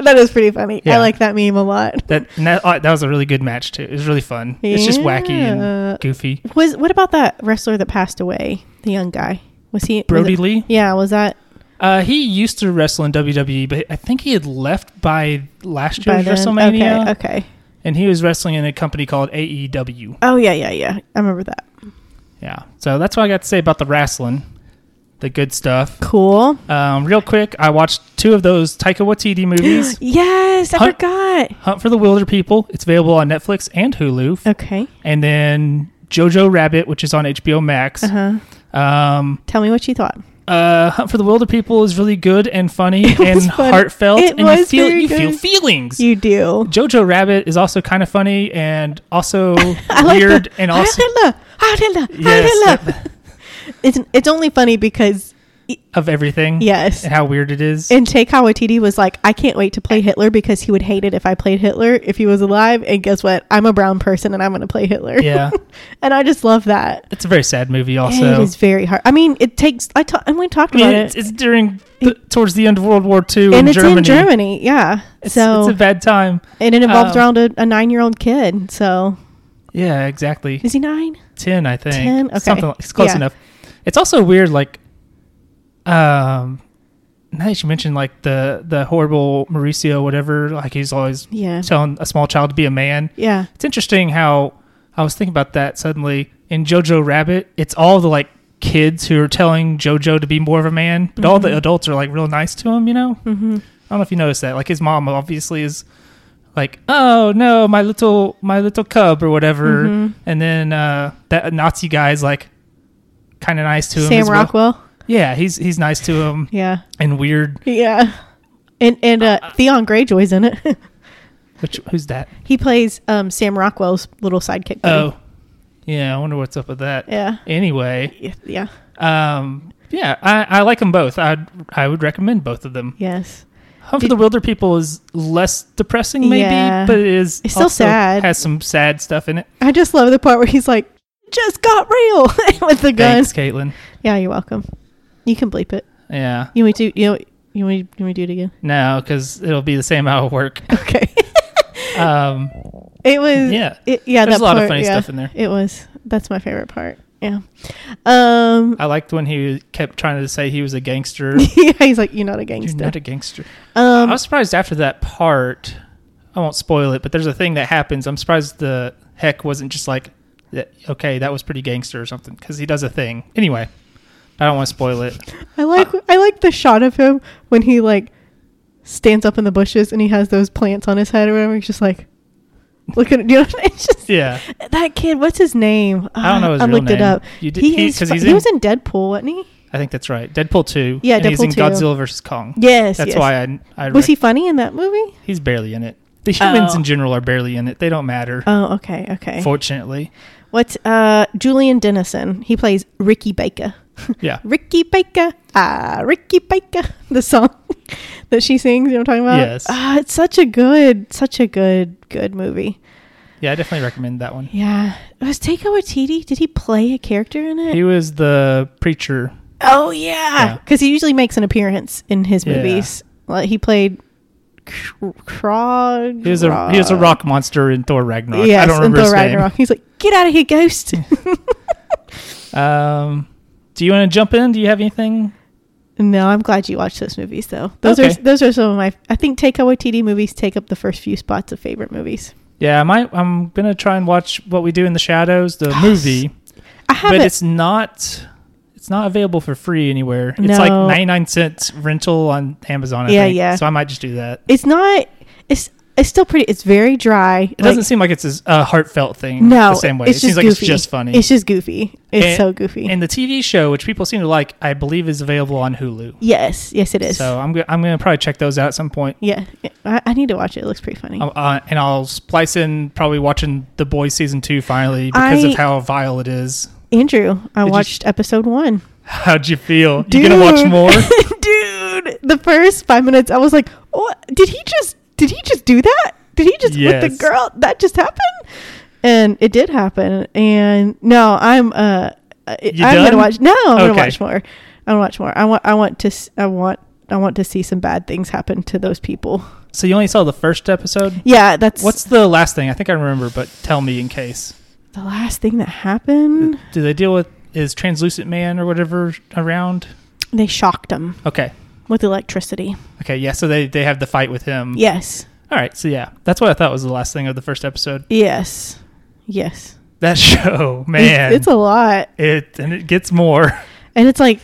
Speaker 1: that is pretty funny.
Speaker 2: Yeah.
Speaker 1: I like that meme a lot.
Speaker 2: that and that uh, that was a really good match too. It was really fun. It's just wacky
Speaker 1: Yeah.
Speaker 2: and goofy.
Speaker 1: Was what about that wrestler that passed away? The young guy was he was
Speaker 2: Brody
Speaker 1: it-
Speaker 2: Lee.
Speaker 1: yeah, was that
Speaker 2: Uh, he used to wrestle in WWE, but I think he had left by last
Speaker 1: by
Speaker 2: year's
Speaker 1: then?
Speaker 2: WrestleMania,
Speaker 1: Okay, okay.
Speaker 2: and he was wrestling in a E company called AEW.
Speaker 1: Oh yeah, yeah, yeah. I remember that.
Speaker 2: Yeah. So that's what I got to say about the wrestling, the good stuff.
Speaker 1: Cool.
Speaker 2: Um, real quick, I watched two of those Taika Waititi movies.
Speaker 1: Yes, I
Speaker 2: Hunt-
Speaker 1: forgot.
Speaker 2: Hunt for the Wilder People. It's available on Netflix and Hulu.
Speaker 1: Okay.
Speaker 2: And then Jojo Rabbit, which is on HBO Max.
Speaker 1: Uh huh.
Speaker 2: Um,
Speaker 1: Tell me what you thought.
Speaker 2: uh, Hunt for the Wilder People is really good and funny
Speaker 1: It
Speaker 2: and
Speaker 1: was funny.
Speaker 2: heartfelt,
Speaker 1: It
Speaker 2: and you
Speaker 1: was
Speaker 2: feel
Speaker 1: very
Speaker 2: you feel
Speaker 1: good.
Speaker 2: feelings.
Speaker 1: You do.
Speaker 2: Jojo Rabbit is also kind of funny and also
Speaker 1: I like
Speaker 2: weird
Speaker 1: the-
Speaker 2: and also
Speaker 1: Adela, Adela,
Speaker 2: Yes,
Speaker 1: Adela. It's it's only funny because
Speaker 2: of everything.
Speaker 1: yes,
Speaker 2: And how weird it is.
Speaker 1: And Taika Waititi was like, I can't wait to play Hitler because he would hate it if I played Hitler if he was alive. And guess what? I'm a brown person and I'm going to play Hitler.
Speaker 2: yeah.
Speaker 1: and I just love that.
Speaker 2: It's a very sad movie also.
Speaker 1: it is very hard. I mean, it takes, I ta- and we talked
Speaker 2: I mean,
Speaker 1: about
Speaker 2: it's,
Speaker 1: it.
Speaker 2: it's during the, towards the end of World War II in
Speaker 1: and it's
Speaker 2: Germany.
Speaker 1: in Germany. Yeah.
Speaker 2: It's,
Speaker 1: so,
Speaker 2: it's a bad time.
Speaker 1: and it involves
Speaker 2: uh,
Speaker 1: around a, a nine year old kid. So,
Speaker 2: Yeah, exactly.
Speaker 1: is he nine?
Speaker 2: Ten, I think.
Speaker 1: 10? Okay.
Speaker 2: Something. like- It's close
Speaker 1: Yeah.
Speaker 2: enough. It's also weird, like, um, now that you mentioned like the the horrible Mauricio, whatever, like he's always
Speaker 1: Yeah.
Speaker 2: telling a small child to be a man.
Speaker 1: Yeah.
Speaker 2: It's interesting how I was thinking about that suddenly in Jojo Rabbit. It's all the like kids who are telling Jojo to be more of a man, but all the adults are like real nice to him. You know.
Speaker 1: Mm-hmm.
Speaker 2: I don't know if you noticed that. Like his mom obviously is like, "Oh no, my little my little cub" or whatever.
Speaker 1: Mhm.
Speaker 2: And then uh, that Nazi guy's like kind of nice to him.
Speaker 1: Sam
Speaker 2: as well.
Speaker 1: Rockwell.
Speaker 2: Yeah, he's he's nice to him
Speaker 1: Yeah.
Speaker 2: and weird.
Speaker 1: Yeah. And, and uh, Theon Greyjoy's in it.
Speaker 2: Which who's that?
Speaker 1: he plays um, Sam Rockwell's little sidekick. buddy.
Speaker 2: Oh, yeah. I wonder what's up with that.
Speaker 1: Yeah.
Speaker 2: Anyway,
Speaker 1: Y- Yeah.
Speaker 2: um, yeah, I, I like them both. I I would recommend both of them.
Speaker 1: Yes.
Speaker 2: Hunt for
Speaker 1: Did-
Speaker 2: the Wilder People is less depressing, maybe,
Speaker 1: Yeah.
Speaker 2: but it is
Speaker 1: It's still
Speaker 2: also
Speaker 1: sad.
Speaker 2: Has some sad stuff in it.
Speaker 1: I just love the part where he's like, "Just got real" with the gun.
Speaker 2: Thanks, Caitlin.
Speaker 1: Yeah, you're welcome. You can bleep it.
Speaker 2: Yeah,
Speaker 1: You want me to? You know? You want me? You want me to do it again?
Speaker 2: no, because it'll be the same hour work.
Speaker 1: Okay.
Speaker 2: Um,
Speaker 1: it was.
Speaker 2: yeah,
Speaker 1: It, yeah.
Speaker 2: there's
Speaker 1: that
Speaker 2: a lot
Speaker 1: part,
Speaker 2: of funny
Speaker 1: yeah.
Speaker 2: stuff in there.
Speaker 1: It was. That's my favorite part. Yeah. Um.
Speaker 2: I liked when he kept trying to say he was a gangster.
Speaker 1: yeah, he's like, "You're not a
Speaker 2: You're
Speaker 1: gangster."
Speaker 2: not a gangster.
Speaker 1: um.
Speaker 2: I was surprised after that part. I won't spoil it, but there's a thing that happens. I'm surprised the heck wasn't just like, "Yeah, okay, that was pretty gangster or something, because he does a thing. Anyway, I don't want to spoil it.
Speaker 1: I like I like the shot of him when he like stands up in the bushes and he has those plants on his head or whatever. He's just like look at you know it's just
Speaker 2: Yeah.
Speaker 1: that kid. What's his name? Ah,
Speaker 2: I don't know his
Speaker 1: I
Speaker 2: real
Speaker 1: looked it
Speaker 2: name.
Speaker 1: up.
Speaker 2: You did-
Speaker 1: he,
Speaker 2: he-
Speaker 1: is
Speaker 2: 'cause
Speaker 1: fu-
Speaker 2: he's
Speaker 1: he
Speaker 2: in-
Speaker 1: was in Deadpool, wasn't he?
Speaker 2: I think that's right. Deadpool 2.
Speaker 1: Yeah,
Speaker 2: and he's
Speaker 1: Deadpool
Speaker 2: in
Speaker 1: 2.
Speaker 2: Godzilla versus Kong.
Speaker 1: Yes,
Speaker 2: That's
Speaker 1: yes.
Speaker 2: why I, I
Speaker 1: was
Speaker 2: rec-
Speaker 1: he funny in that movie?
Speaker 2: he's barely in it. The humans
Speaker 1: Oh.
Speaker 2: in general are barely in it. They don't matter,
Speaker 1: Oh, okay, okay.
Speaker 2: fortunately.
Speaker 1: What's uh Julian Dennison? He plays Ricky Baker.
Speaker 2: Yeah.
Speaker 1: Ricky Baker, ah, Ricky Baker, the song that she sings. You know what I'm talking about?
Speaker 2: Yes.
Speaker 1: Ah, it's such a good, such a good, good movie.
Speaker 2: Yeah, I definitely recommend that one.
Speaker 1: Yeah. Was Taika Waititi, did he play a character in it?
Speaker 2: He was the preacher.
Speaker 1: oh, yeah.
Speaker 2: Yeah.
Speaker 1: Because he usually makes an appearance in his
Speaker 2: Yeah.
Speaker 1: movies. Like, he played Kr- Krog.
Speaker 2: He was a he was a rock monster in Thor Ragnarok.
Speaker 1: Yes,
Speaker 2: I don't remember
Speaker 1: in
Speaker 2: his
Speaker 1: Thor Ragnarok. He's like, get out of here, ghost.
Speaker 2: name. Um, do you want to jump in? Do you have anything?
Speaker 1: no, I'm glad you watched those movies, though. Those
Speaker 2: Okay.
Speaker 1: are those are some of my. I think Taika Waititi movies take up the first few spots of favorite movies.
Speaker 2: Yeah, I might. I'm gonna try and watch What We Do in the Shadows, the movie,
Speaker 1: I have
Speaker 2: but
Speaker 1: it.
Speaker 2: it's not. It's not available for free anywhere. It's
Speaker 1: No.
Speaker 2: like 99 cents rental on Amazon. I
Speaker 1: Yeah,
Speaker 2: think.
Speaker 1: yeah.
Speaker 2: So I might just do that.
Speaker 1: It's not. It's it's still pretty. It's very dry.
Speaker 2: It doesn't seem like it's as- a heartfelt thing.
Speaker 1: no
Speaker 2: the same way.
Speaker 1: It's
Speaker 2: it seems
Speaker 1: just
Speaker 2: like
Speaker 1: goofy.
Speaker 2: it's just funny.
Speaker 1: It's just goofy. It's
Speaker 2: And-
Speaker 1: so goofy.
Speaker 2: and the TV show, which people seem to like, I believe is available on Hulu.
Speaker 1: Yes, yes, it is.
Speaker 2: So I'm go- I'm gonna probably check those out at some point.
Speaker 1: yeah, I, I need to watch it. It looks pretty funny.
Speaker 2: I'll- Uh, and I'll splice in probably watching The Boys season two finally because
Speaker 1: I-
Speaker 2: of how vile it is.
Speaker 1: Andrew, I
Speaker 2: Did you-
Speaker 1: watched episode one.
Speaker 2: How'd you feel? You gonna watch
Speaker 1: Dude.
Speaker 2: more?
Speaker 1: Dude, the first five minutes, I was like, "What? Did he just? Did he just do that? Did he just with
Speaker 2: Yes.
Speaker 1: the girl? That just happened?" And it did happen. And no, I'm uh, I- I'm
Speaker 2: You
Speaker 1: gonna
Speaker 2: done?
Speaker 1: watch. No, I'm gonna
Speaker 2: Okay.
Speaker 1: watch more. I want to watch more. I want. I want to. s- I want. I want to see some bad things happen to those people.
Speaker 2: so you only saw the first episode.
Speaker 1: Yeah, that's
Speaker 2: What's the last thing? I think I remember, but tell me in case.
Speaker 1: the last thing that happened.
Speaker 2: Do they deal with is translucent man or whatever around?
Speaker 1: They shocked him
Speaker 2: Okay,
Speaker 1: with electricity.
Speaker 2: okay, yeah. So they they have the fight with him.
Speaker 1: Yes.
Speaker 2: All right. So yeah, that's what I thought was the last thing of the first episode.
Speaker 1: Yes. Yes.
Speaker 2: That show, man,
Speaker 1: It's, it's a lot.
Speaker 2: it and it gets more.
Speaker 1: And it's like,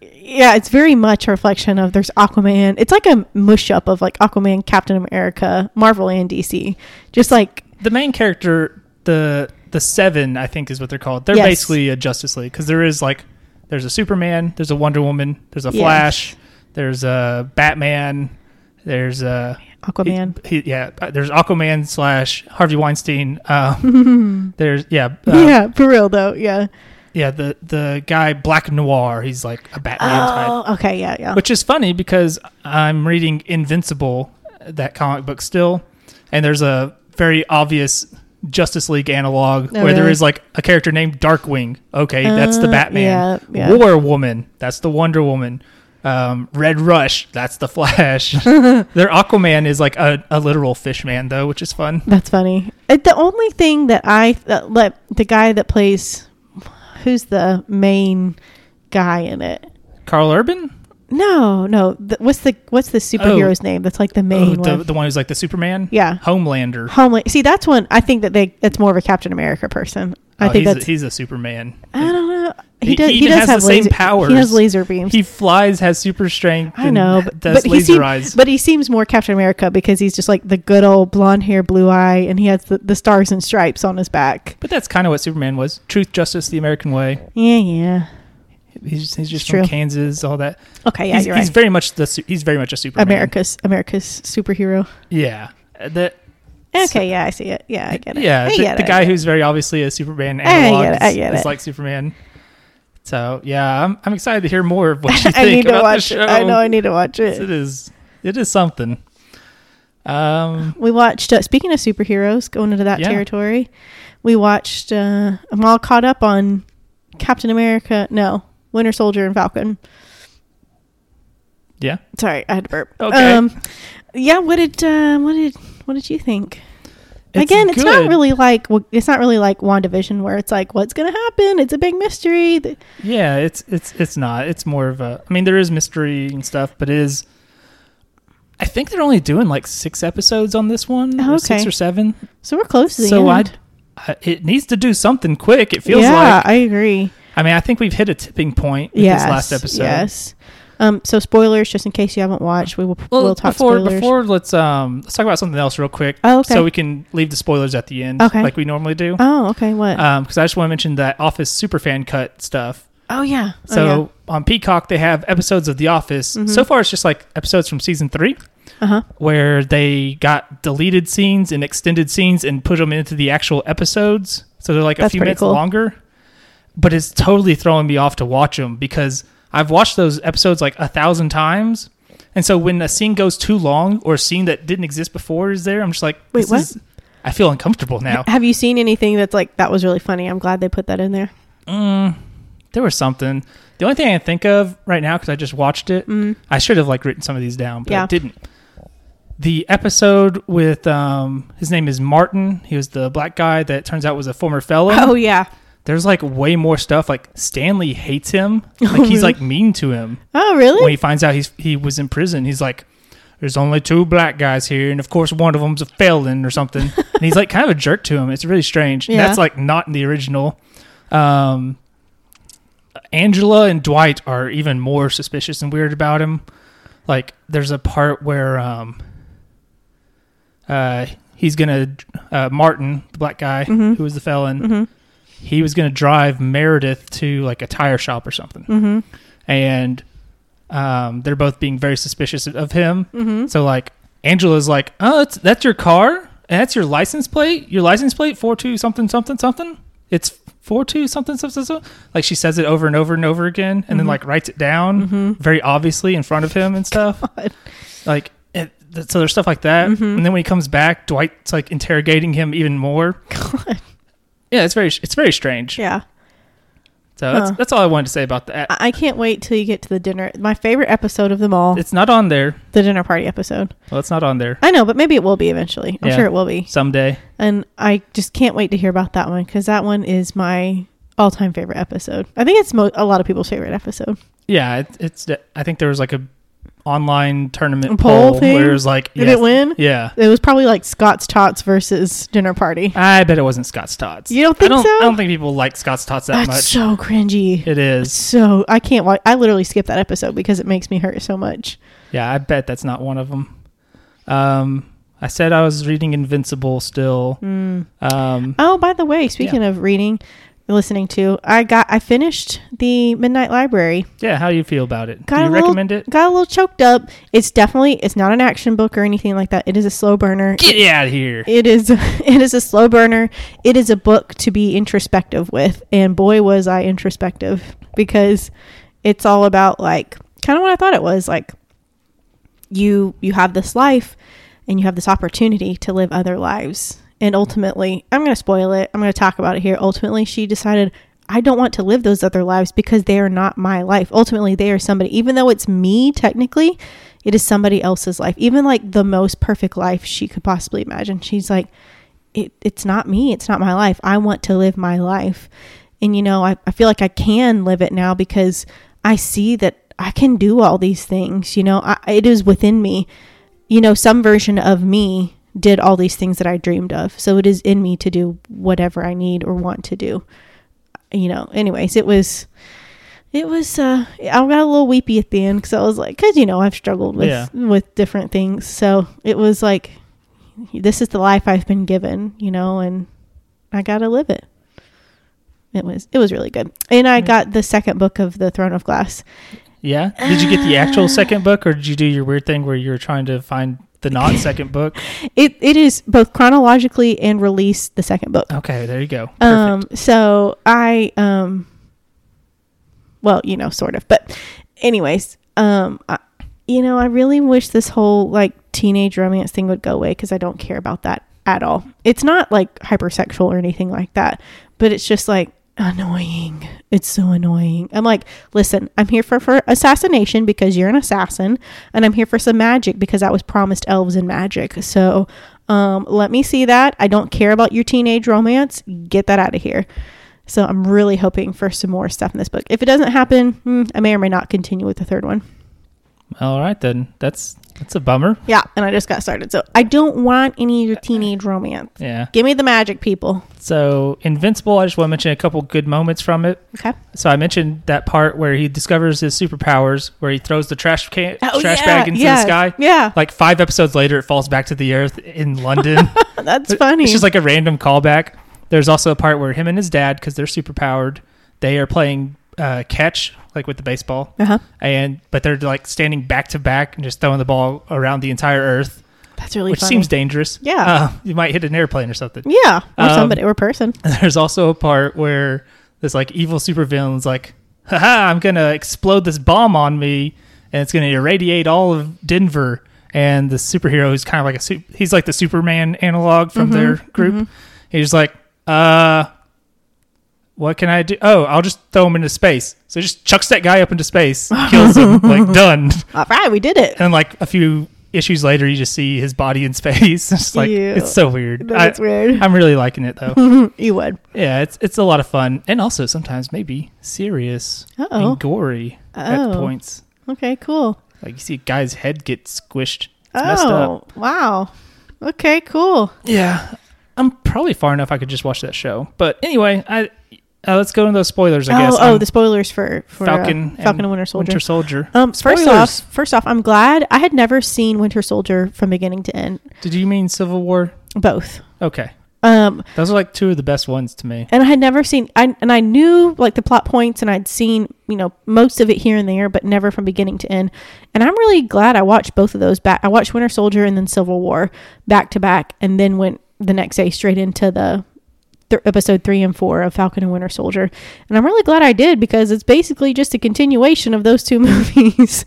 Speaker 1: yeah, it's very much a reflection of there's Aquaman. It's like a mush up of like Aquaman, Captain America, Marvel, and DC. Just like,
Speaker 2: the main character the the seven i think is what they're called they're
Speaker 1: Yes.
Speaker 2: basically a justice league because there is like there's a superman there's a wonder woman there's a
Speaker 1: Yes.
Speaker 2: flash there's a batman there's a
Speaker 1: Aquaman.
Speaker 2: he- he- yeah uh, there's aquaman slash harvey weinstein um, there's yeah uh, yeah
Speaker 1: yeah, for real though. Yeah.
Speaker 2: the the guy black noir he's like a batman type
Speaker 1: Oh, okay. Yeah, yeah.
Speaker 2: which is funny because I'm reading Invincible, that comic book still, and there's a very obvious Justice League analog
Speaker 1: Oh,
Speaker 2: where there
Speaker 1: really?
Speaker 2: is like a character named Darkwing. Okay, that's the
Speaker 1: Uh,
Speaker 2: Batman.
Speaker 1: yeah, yeah.
Speaker 2: War Woman, that's the Wonder Woman. Um, Red Rush, that's the Flash. Their Aquaman is like a, a literal fish man though, which is fun.
Speaker 1: That's funny. It, the only thing that I that let the guy that plays, who's the main guy in it?
Speaker 2: Carl Urban,
Speaker 1: No, no. The, what's the what's the superhero's name? That's like the main
Speaker 2: oh, the,
Speaker 1: one.
Speaker 2: the one who's like the Superman.
Speaker 1: Yeah.
Speaker 2: Homelander.
Speaker 1: Homeland. See, that's one. I think that they. That's more of a Captain America person. I
Speaker 2: Oh,
Speaker 1: think
Speaker 2: he's,
Speaker 1: that's. Ah,
Speaker 2: he's a Superman.
Speaker 1: I don't know. He,
Speaker 2: He-
Speaker 1: does.
Speaker 2: he
Speaker 1: He,
Speaker 2: even
Speaker 1: does
Speaker 2: has
Speaker 1: have
Speaker 2: the same
Speaker 1: laser,
Speaker 2: powers.
Speaker 1: He has laser beams.
Speaker 2: He flies, has super strength.
Speaker 1: I know,
Speaker 2: and
Speaker 1: but,
Speaker 2: does
Speaker 1: but he
Speaker 2: laser
Speaker 1: seems,
Speaker 2: eyes.
Speaker 1: but he seems more Captain America because he's just like the good old blonde hair, blue eye, and he has the, the stars and stripes on his back.
Speaker 2: But that's kind of what Superman was: truth, justice, the American way.
Speaker 1: Yeah, yeah.
Speaker 2: He's, he's just
Speaker 1: It's
Speaker 2: from
Speaker 1: true.
Speaker 2: Kansas, all that.
Speaker 1: Okay, yeah,
Speaker 2: he's,
Speaker 1: you're
Speaker 2: he's
Speaker 1: right.
Speaker 2: very much the su- he's very much a Superman.
Speaker 1: America's America's superhero.
Speaker 2: yeah. Uh, The,
Speaker 1: Okay,
Speaker 2: So-
Speaker 1: yeah, I see it. Yeah, I get it.
Speaker 2: yeah,
Speaker 1: I
Speaker 2: the,
Speaker 1: get
Speaker 2: the
Speaker 1: it, I
Speaker 2: guy
Speaker 1: get
Speaker 2: who's very obviously a Superman
Speaker 1: I get
Speaker 2: analog
Speaker 1: it, I
Speaker 2: is-
Speaker 1: get
Speaker 2: is
Speaker 1: it.
Speaker 2: like Superman. So yeah, I'm, I'm excited to hear more of what you
Speaker 1: it. I
Speaker 2: think
Speaker 1: need to
Speaker 2: about
Speaker 1: watch
Speaker 2: the
Speaker 1: it.
Speaker 2: show.
Speaker 1: I know I need to watch
Speaker 2: It
Speaker 1: it.
Speaker 2: is it is something. Um,
Speaker 1: We watched. Uh, speaking of superheroes, going into that
Speaker 2: Yeah.
Speaker 1: territory, we watched. Uh, I'm all caught up on Captain America. No, Winter Soldier and Falcon.
Speaker 2: yeah.
Speaker 1: Sorry, I had to burp. Um,
Speaker 2: Okay.
Speaker 1: yeah. What did uh, what did what did you think?
Speaker 2: It's
Speaker 1: Again, it's not
Speaker 2: good.
Speaker 1: really like well, it's not really like Wandavision where it's like what's gonna happen. It's a big mystery. Th-
Speaker 2: Yeah, it's it's it's not. It's more of a. I mean, there is mystery and stuff, but it is. I think they're only doing like six episodes on this one,
Speaker 1: Oh,
Speaker 2: or six
Speaker 1: okay.
Speaker 2: or seven.
Speaker 1: So we're close to the
Speaker 2: So I,
Speaker 1: end.
Speaker 2: I, it needs to do something quick. It feels
Speaker 1: yeah,
Speaker 2: like.
Speaker 1: I agree.
Speaker 2: I mean, I think we've hit a tipping point with
Speaker 1: Yes,
Speaker 2: this last episode.
Speaker 1: Yes. Um. So spoilers, just in case you haven't watched, we will
Speaker 2: Well,
Speaker 1: we'll, talk
Speaker 2: before
Speaker 1: spoilers.
Speaker 2: before let's um let's talk about something else real quick.
Speaker 1: Oh, okay.
Speaker 2: So we can leave the spoilers at the end,
Speaker 1: Okay.
Speaker 2: like we normally do.
Speaker 1: oh, okay. What?
Speaker 2: Um, because I just want to mention that Office Superfan cut stuff.
Speaker 1: oh yeah. Oh,
Speaker 2: So
Speaker 1: yeah.
Speaker 2: on Peacock, they have episodes of The Office.
Speaker 1: Mhm.
Speaker 2: So far, it's just like episodes from season three
Speaker 1: Uh-huh.
Speaker 2: where they got deleted scenes and extended scenes and put them into the actual episodes. So they're like a
Speaker 1: That's
Speaker 2: few
Speaker 1: pretty
Speaker 2: minutes
Speaker 1: cool.
Speaker 2: longer. But it's totally throwing me off to watch them because I've watched those episodes like a thousand times. And so when a scene goes too long or a scene that didn't exist before is there, I'm just like,
Speaker 1: Wait,
Speaker 2: this
Speaker 1: what?
Speaker 2: is- I feel uncomfortable now.
Speaker 1: Have you seen anything that's like that was really funny? I'm glad they put that in there.
Speaker 2: mm, there was something. The only thing I can think of right now because I just watched it,
Speaker 1: Mm.
Speaker 2: I should have like written some of these down, but I
Speaker 1: Yeah.
Speaker 2: didn't. The episode with um, his name is Martin. He was the black guy that turns out was a former fellow.
Speaker 1: Oh yeah.
Speaker 2: There's like way more stuff. Like Stanley hates him. Like he's
Speaker 1: Oh, really?
Speaker 2: like mean to him
Speaker 1: Oh really?
Speaker 2: when he finds out he's he was in prison. He's like, "There's only two black guys here, and of course one of them's a felon or something." and he's like kind of a jerk to him. It's really strange. And
Speaker 1: Yeah.
Speaker 2: That's like not in the original. Um, Angela and Dwight are even more suspicious and weird about him. Like there's a part where um, uh, he's gonna uh, Martin, the black guy
Speaker 1: Mhm.
Speaker 2: who was the felon,
Speaker 1: Mhm.
Speaker 2: he was gonna drive Meredith to like a tire shop or something
Speaker 1: Mhm.
Speaker 2: and um, they're both being very suspicious of him.
Speaker 1: Mhm.
Speaker 2: So like Angela's like, oh, that's, that's your car, and that's your license plate. Your license plate four two something something something. It's four two something something something. Like she says it over and over and over again, and then
Speaker 1: Mhm.
Speaker 2: like writes it down
Speaker 1: Mhm.
Speaker 2: very obviously in front of him and stuff.
Speaker 1: God.
Speaker 2: Like. It, th- so there's stuff like that,
Speaker 1: Mhm.
Speaker 2: and then when he comes back, Dwight's like interrogating him even more.
Speaker 1: God.
Speaker 2: Yeah, it's very it's very strange.
Speaker 1: Yeah.
Speaker 2: So that's,
Speaker 1: Huh.
Speaker 2: that's all I wanted to say about that.
Speaker 1: I-, I can't wait till you get to the dinner. My favorite episode of them all,
Speaker 2: It's not on there.
Speaker 1: the dinner party episode.
Speaker 2: Well, it's not on there
Speaker 1: I know, but maybe it will be eventually. I'm
Speaker 2: Yeah.
Speaker 1: sure it will be.
Speaker 2: someday.
Speaker 1: And I just can't wait to hear about that one because that one is my all-time favorite episode. I think it's mo- a lot of people's favorite episode.
Speaker 2: Yeah, it, it's. de- I think there was like a online tournament
Speaker 1: A poll
Speaker 2: poll,
Speaker 1: thing?
Speaker 2: where it was like,
Speaker 1: Did
Speaker 2: yes-
Speaker 1: it win?
Speaker 2: yeah,
Speaker 1: It was probably like Scott's Tots versus dinner party.
Speaker 2: I bet it wasn't Scott's Tots.
Speaker 1: You don't
Speaker 2: I
Speaker 1: think
Speaker 2: don't,
Speaker 1: so?
Speaker 2: I don't think people like Scott's Tots that
Speaker 1: That's
Speaker 2: much.
Speaker 1: so cringy.
Speaker 2: it is.
Speaker 1: So I can't watch. I literally skipped that episode because it makes me hurt so much.
Speaker 2: Yeah, I bet that's not one of them. Um, I said I was reading Invincible still. Um,
Speaker 1: Oh, by the way, speaking of reading, listening to, I got I finished the Midnight Library.
Speaker 2: yeah, how do you feel about it? Do
Speaker 1: Got
Speaker 2: you
Speaker 1: a little-
Speaker 2: recommend it?
Speaker 1: Got a little choked up. It's definitely it's not an action book or anything like that. It is a slow burner.
Speaker 2: Get out of here.
Speaker 1: It is it is a slow burner. It is a book to be introspective with, and boy was I introspective because it's all about like kind of what I thought it was like you you have this life and you have this opportunity to live other lives. And ultimately, I'm going to spoil it. I'm going to talk about it here. Ultimately, she decided I don't want to live those other lives because they are not my life. Ultimately, they are somebody even though it's me technically, it is somebody else's life. Even like the most perfect life she could possibly imagine. She's like it, it's not me. It's not my life. I want to live my life. And, you know, I, I feel like I can live it now because I see that I can do all these things. You know, I, it is within me. You know, some version of me did all these things that I dreamed of. So it is in me to do whatever I need or want to do. You know, anyways, it was. It was uh I got a little weepy at the end cuz I was like cuz you know I've struggled with
Speaker 2: Yeah.
Speaker 1: with different things. So it was like this is the life I've been given, you know, and I got to live it. It was it was really good. And I got the second book of The Throne of Glass.
Speaker 2: Yeah. Did you get the actual second book, or did you do your weird thing where you were trying to find the not second book?
Speaker 1: It it is both chronologically and released the second book.
Speaker 2: Okay, there you go. Perfect.
Speaker 1: Um so I um well, you know, sort of, but anyways, um I, you know, I really wish this whole like teenage romance thing would go away because I don't care about that at all. It's not like hypersexual or anything like that, but it's just like annoying. It's so annoying. I'm like, listen, I'm here for, for assassination because you're an assassin, and I'm here for some magic because I was promised elves and magic. So um, let me see that. I don't care about your teenage romance. Get that out of here. So I'm really hoping for some more stuff in this book. If it doesn't happen, hmm, I may or may not continue with the third one.
Speaker 2: All right then. That's that's a bummer.
Speaker 1: Yeah, and I just got started. So I don't want any of your teenage romance.
Speaker 2: Yeah.
Speaker 1: Give me the magic, people.
Speaker 2: So Invincible, I just want to mention a couple good moments from it.
Speaker 1: Okay.
Speaker 2: So I mentioned that part where he discovers his superpowers, where he throws the trash can,
Speaker 1: Oh,
Speaker 2: trash
Speaker 1: yeah,
Speaker 2: bag into
Speaker 1: yes,
Speaker 2: the sky.
Speaker 1: yeah.
Speaker 2: Like five episodes later, it falls back to the earth in London.
Speaker 1: That's funny.
Speaker 2: It's just like a random callback. There's also a part where him and his dad, because they're super powered, they are playing uh, catch, like with the baseball,
Speaker 1: uh-huh.
Speaker 2: and but they're like standing back to back and just throwing the ball around the entire earth,
Speaker 1: That's really
Speaker 2: which
Speaker 1: funny.
Speaker 2: seems dangerous.
Speaker 1: Yeah.
Speaker 2: uh, you might hit an airplane or something.
Speaker 1: yeah, or
Speaker 2: Um,
Speaker 1: somebody or person.
Speaker 2: And there's also a part where this like evil supervillain's like, haha, I'm gonna explode this bomb on me and it's gonna irradiate all of Denver. And the superhero is kind of like a su- he's like the Superman analog from their group. He's like, uh, what can I do? Oh, I'll just throw him into space. So he just chucks that guy up into space, kills him, like done.
Speaker 1: All Uh, right, we did it.
Speaker 2: And like a few issues later, you just see his body in space. It's like
Speaker 1: Ew.
Speaker 2: it's so weird. I,
Speaker 1: That's weird.
Speaker 2: I'm really liking it though.
Speaker 1: you would.
Speaker 2: Yeah, it's it's a lot of fun, and also sometimes maybe serious
Speaker 1: Uh-oh.
Speaker 2: and gory at
Speaker 1: Oh.
Speaker 2: points.
Speaker 1: Okay, cool.
Speaker 2: Like you see a guy's head get squished. It's messed up.
Speaker 1: Oh, wow. Okay, cool.
Speaker 2: Yeah, I'm probably far enough. I could just watch that show. But anyway, I uh, let's go into those spoilers. I
Speaker 1: oh,
Speaker 2: guess.
Speaker 1: oh,
Speaker 2: I'm
Speaker 1: the spoilers for, for uh,
Speaker 2: Falcon,
Speaker 1: Falcon and Winter Soldier.
Speaker 2: Winter Soldier.
Speaker 1: um, first off,
Speaker 2: Spoilers.
Speaker 1: first off, I'm glad I had never seen Winter Soldier from beginning to end.
Speaker 2: Did you mean Civil War?
Speaker 1: Both.
Speaker 2: Okay,
Speaker 1: Um,
Speaker 2: those are like two of the best ones to me.
Speaker 1: and I had never seen I and I knew like the plot points and I'd seen, you know, most of it here and there, but never from beginning to end. And I'm really glad I watched both of those back. I watched Winter Soldier and then Civil War back to back and then went the next day straight into the th- episode 3 and 4 of Falcon and Winter Soldier. And I'm really glad I did because it's basically just a continuation of those two movies.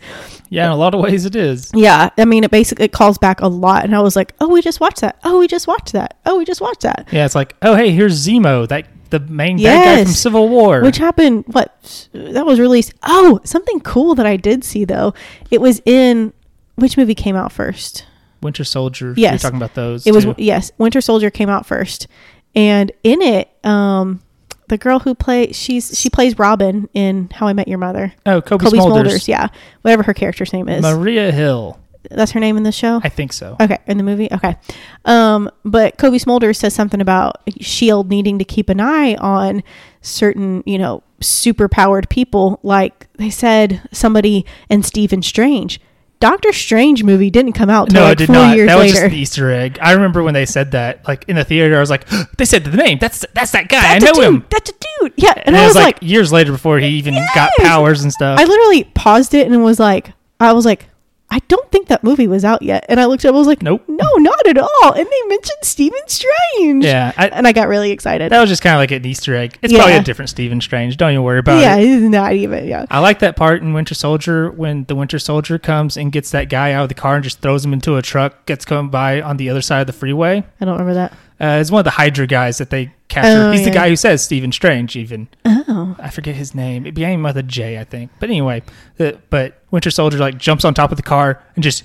Speaker 2: Yeah, in a lot of ways it is.
Speaker 1: Yeah, I mean it basically it calls back a lot and I was like, "Oh, we just watched that. Oh, we just watched that. Oh, we just watched that."
Speaker 2: Yeah, it's like oh hey, here's Zemo, that the main bad guy
Speaker 1: Yes.
Speaker 2: from Civil War.
Speaker 1: Which happened? What that was released? Oh, something cool that I did see though. It was in which movie came out first?
Speaker 2: Winter Soldier. You're
Speaker 1: Yes.
Speaker 2: talking about those.
Speaker 1: It was
Speaker 2: too.
Speaker 1: yes, Winter Soldier came out first, and in it, um, the girl who plays she's she plays Robin in How I Met Your Mother.
Speaker 2: oh Kobe,
Speaker 1: Kobe
Speaker 2: Smulders.
Speaker 1: Smulders, yeah, whatever her character's name is.
Speaker 2: Maria Hill.
Speaker 1: That's her name in the show.
Speaker 2: I think so.
Speaker 1: Okay, in the movie. Okay, um, but Kobe Smulders says something about Shield E needing to keep an eye on certain, you know, superpowered people. Like they said, somebody and Stephen Strange. Doctor Strange movie didn't come out till
Speaker 2: no,
Speaker 1: like
Speaker 2: it did
Speaker 1: four
Speaker 2: not.
Speaker 1: years
Speaker 2: That was
Speaker 1: later.
Speaker 2: just an Easter egg. I remember when they said that, like in the theater, I was like, "They said the name. That's that's that guy.
Speaker 1: That's
Speaker 2: I
Speaker 1: a
Speaker 2: know
Speaker 1: dude.
Speaker 2: him."
Speaker 1: That's a dude. Yeah, and,
Speaker 2: And,
Speaker 1: I was like,
Speaker 2: years later before he even got
Speaker 1: Yes!
Speaker 2: powers and stuff.
Speaker 1: I literally paused it and was like, I was like, I don't think that movie was out yet. And I looked up, I was like,
Speaker 2: Nope.
Speaker 1: no, not at all. And they mentioned Stephen Strange.
Speaker 2: yeah, I,
Speaker 1: and I got really excited.
Speaker 2: that was just kind of like an Easter egg. It's probably
Speaker 1: Yeah.
Speaker 2: a different Stephen Strange. Don't even worry about
Speaker 1: yeah,
Speaker 2: it.
Speaker 1: it's not even. Yeah,
Speaker 2: I like that part in Winter Soldier when the Winter Soldier comes and gets that guy out of the car and just throws him into a truck. Gets come by on the other side of the freeway.
Speaker 1: I don't remember that.
Speaker 2: Uh, it's one of the Hydra guys that they capture.
Speaker 1: Oh,
Speaker 2: He's the
Speaker 1: yeah.
Speaker 2: guy who says Stephen Strange, even.
Speaker 1: Oh,
Speaker 2: I forget his name. It began with a J, I think. But anyway, the, but Winter Soldier like jumps on top of the car and just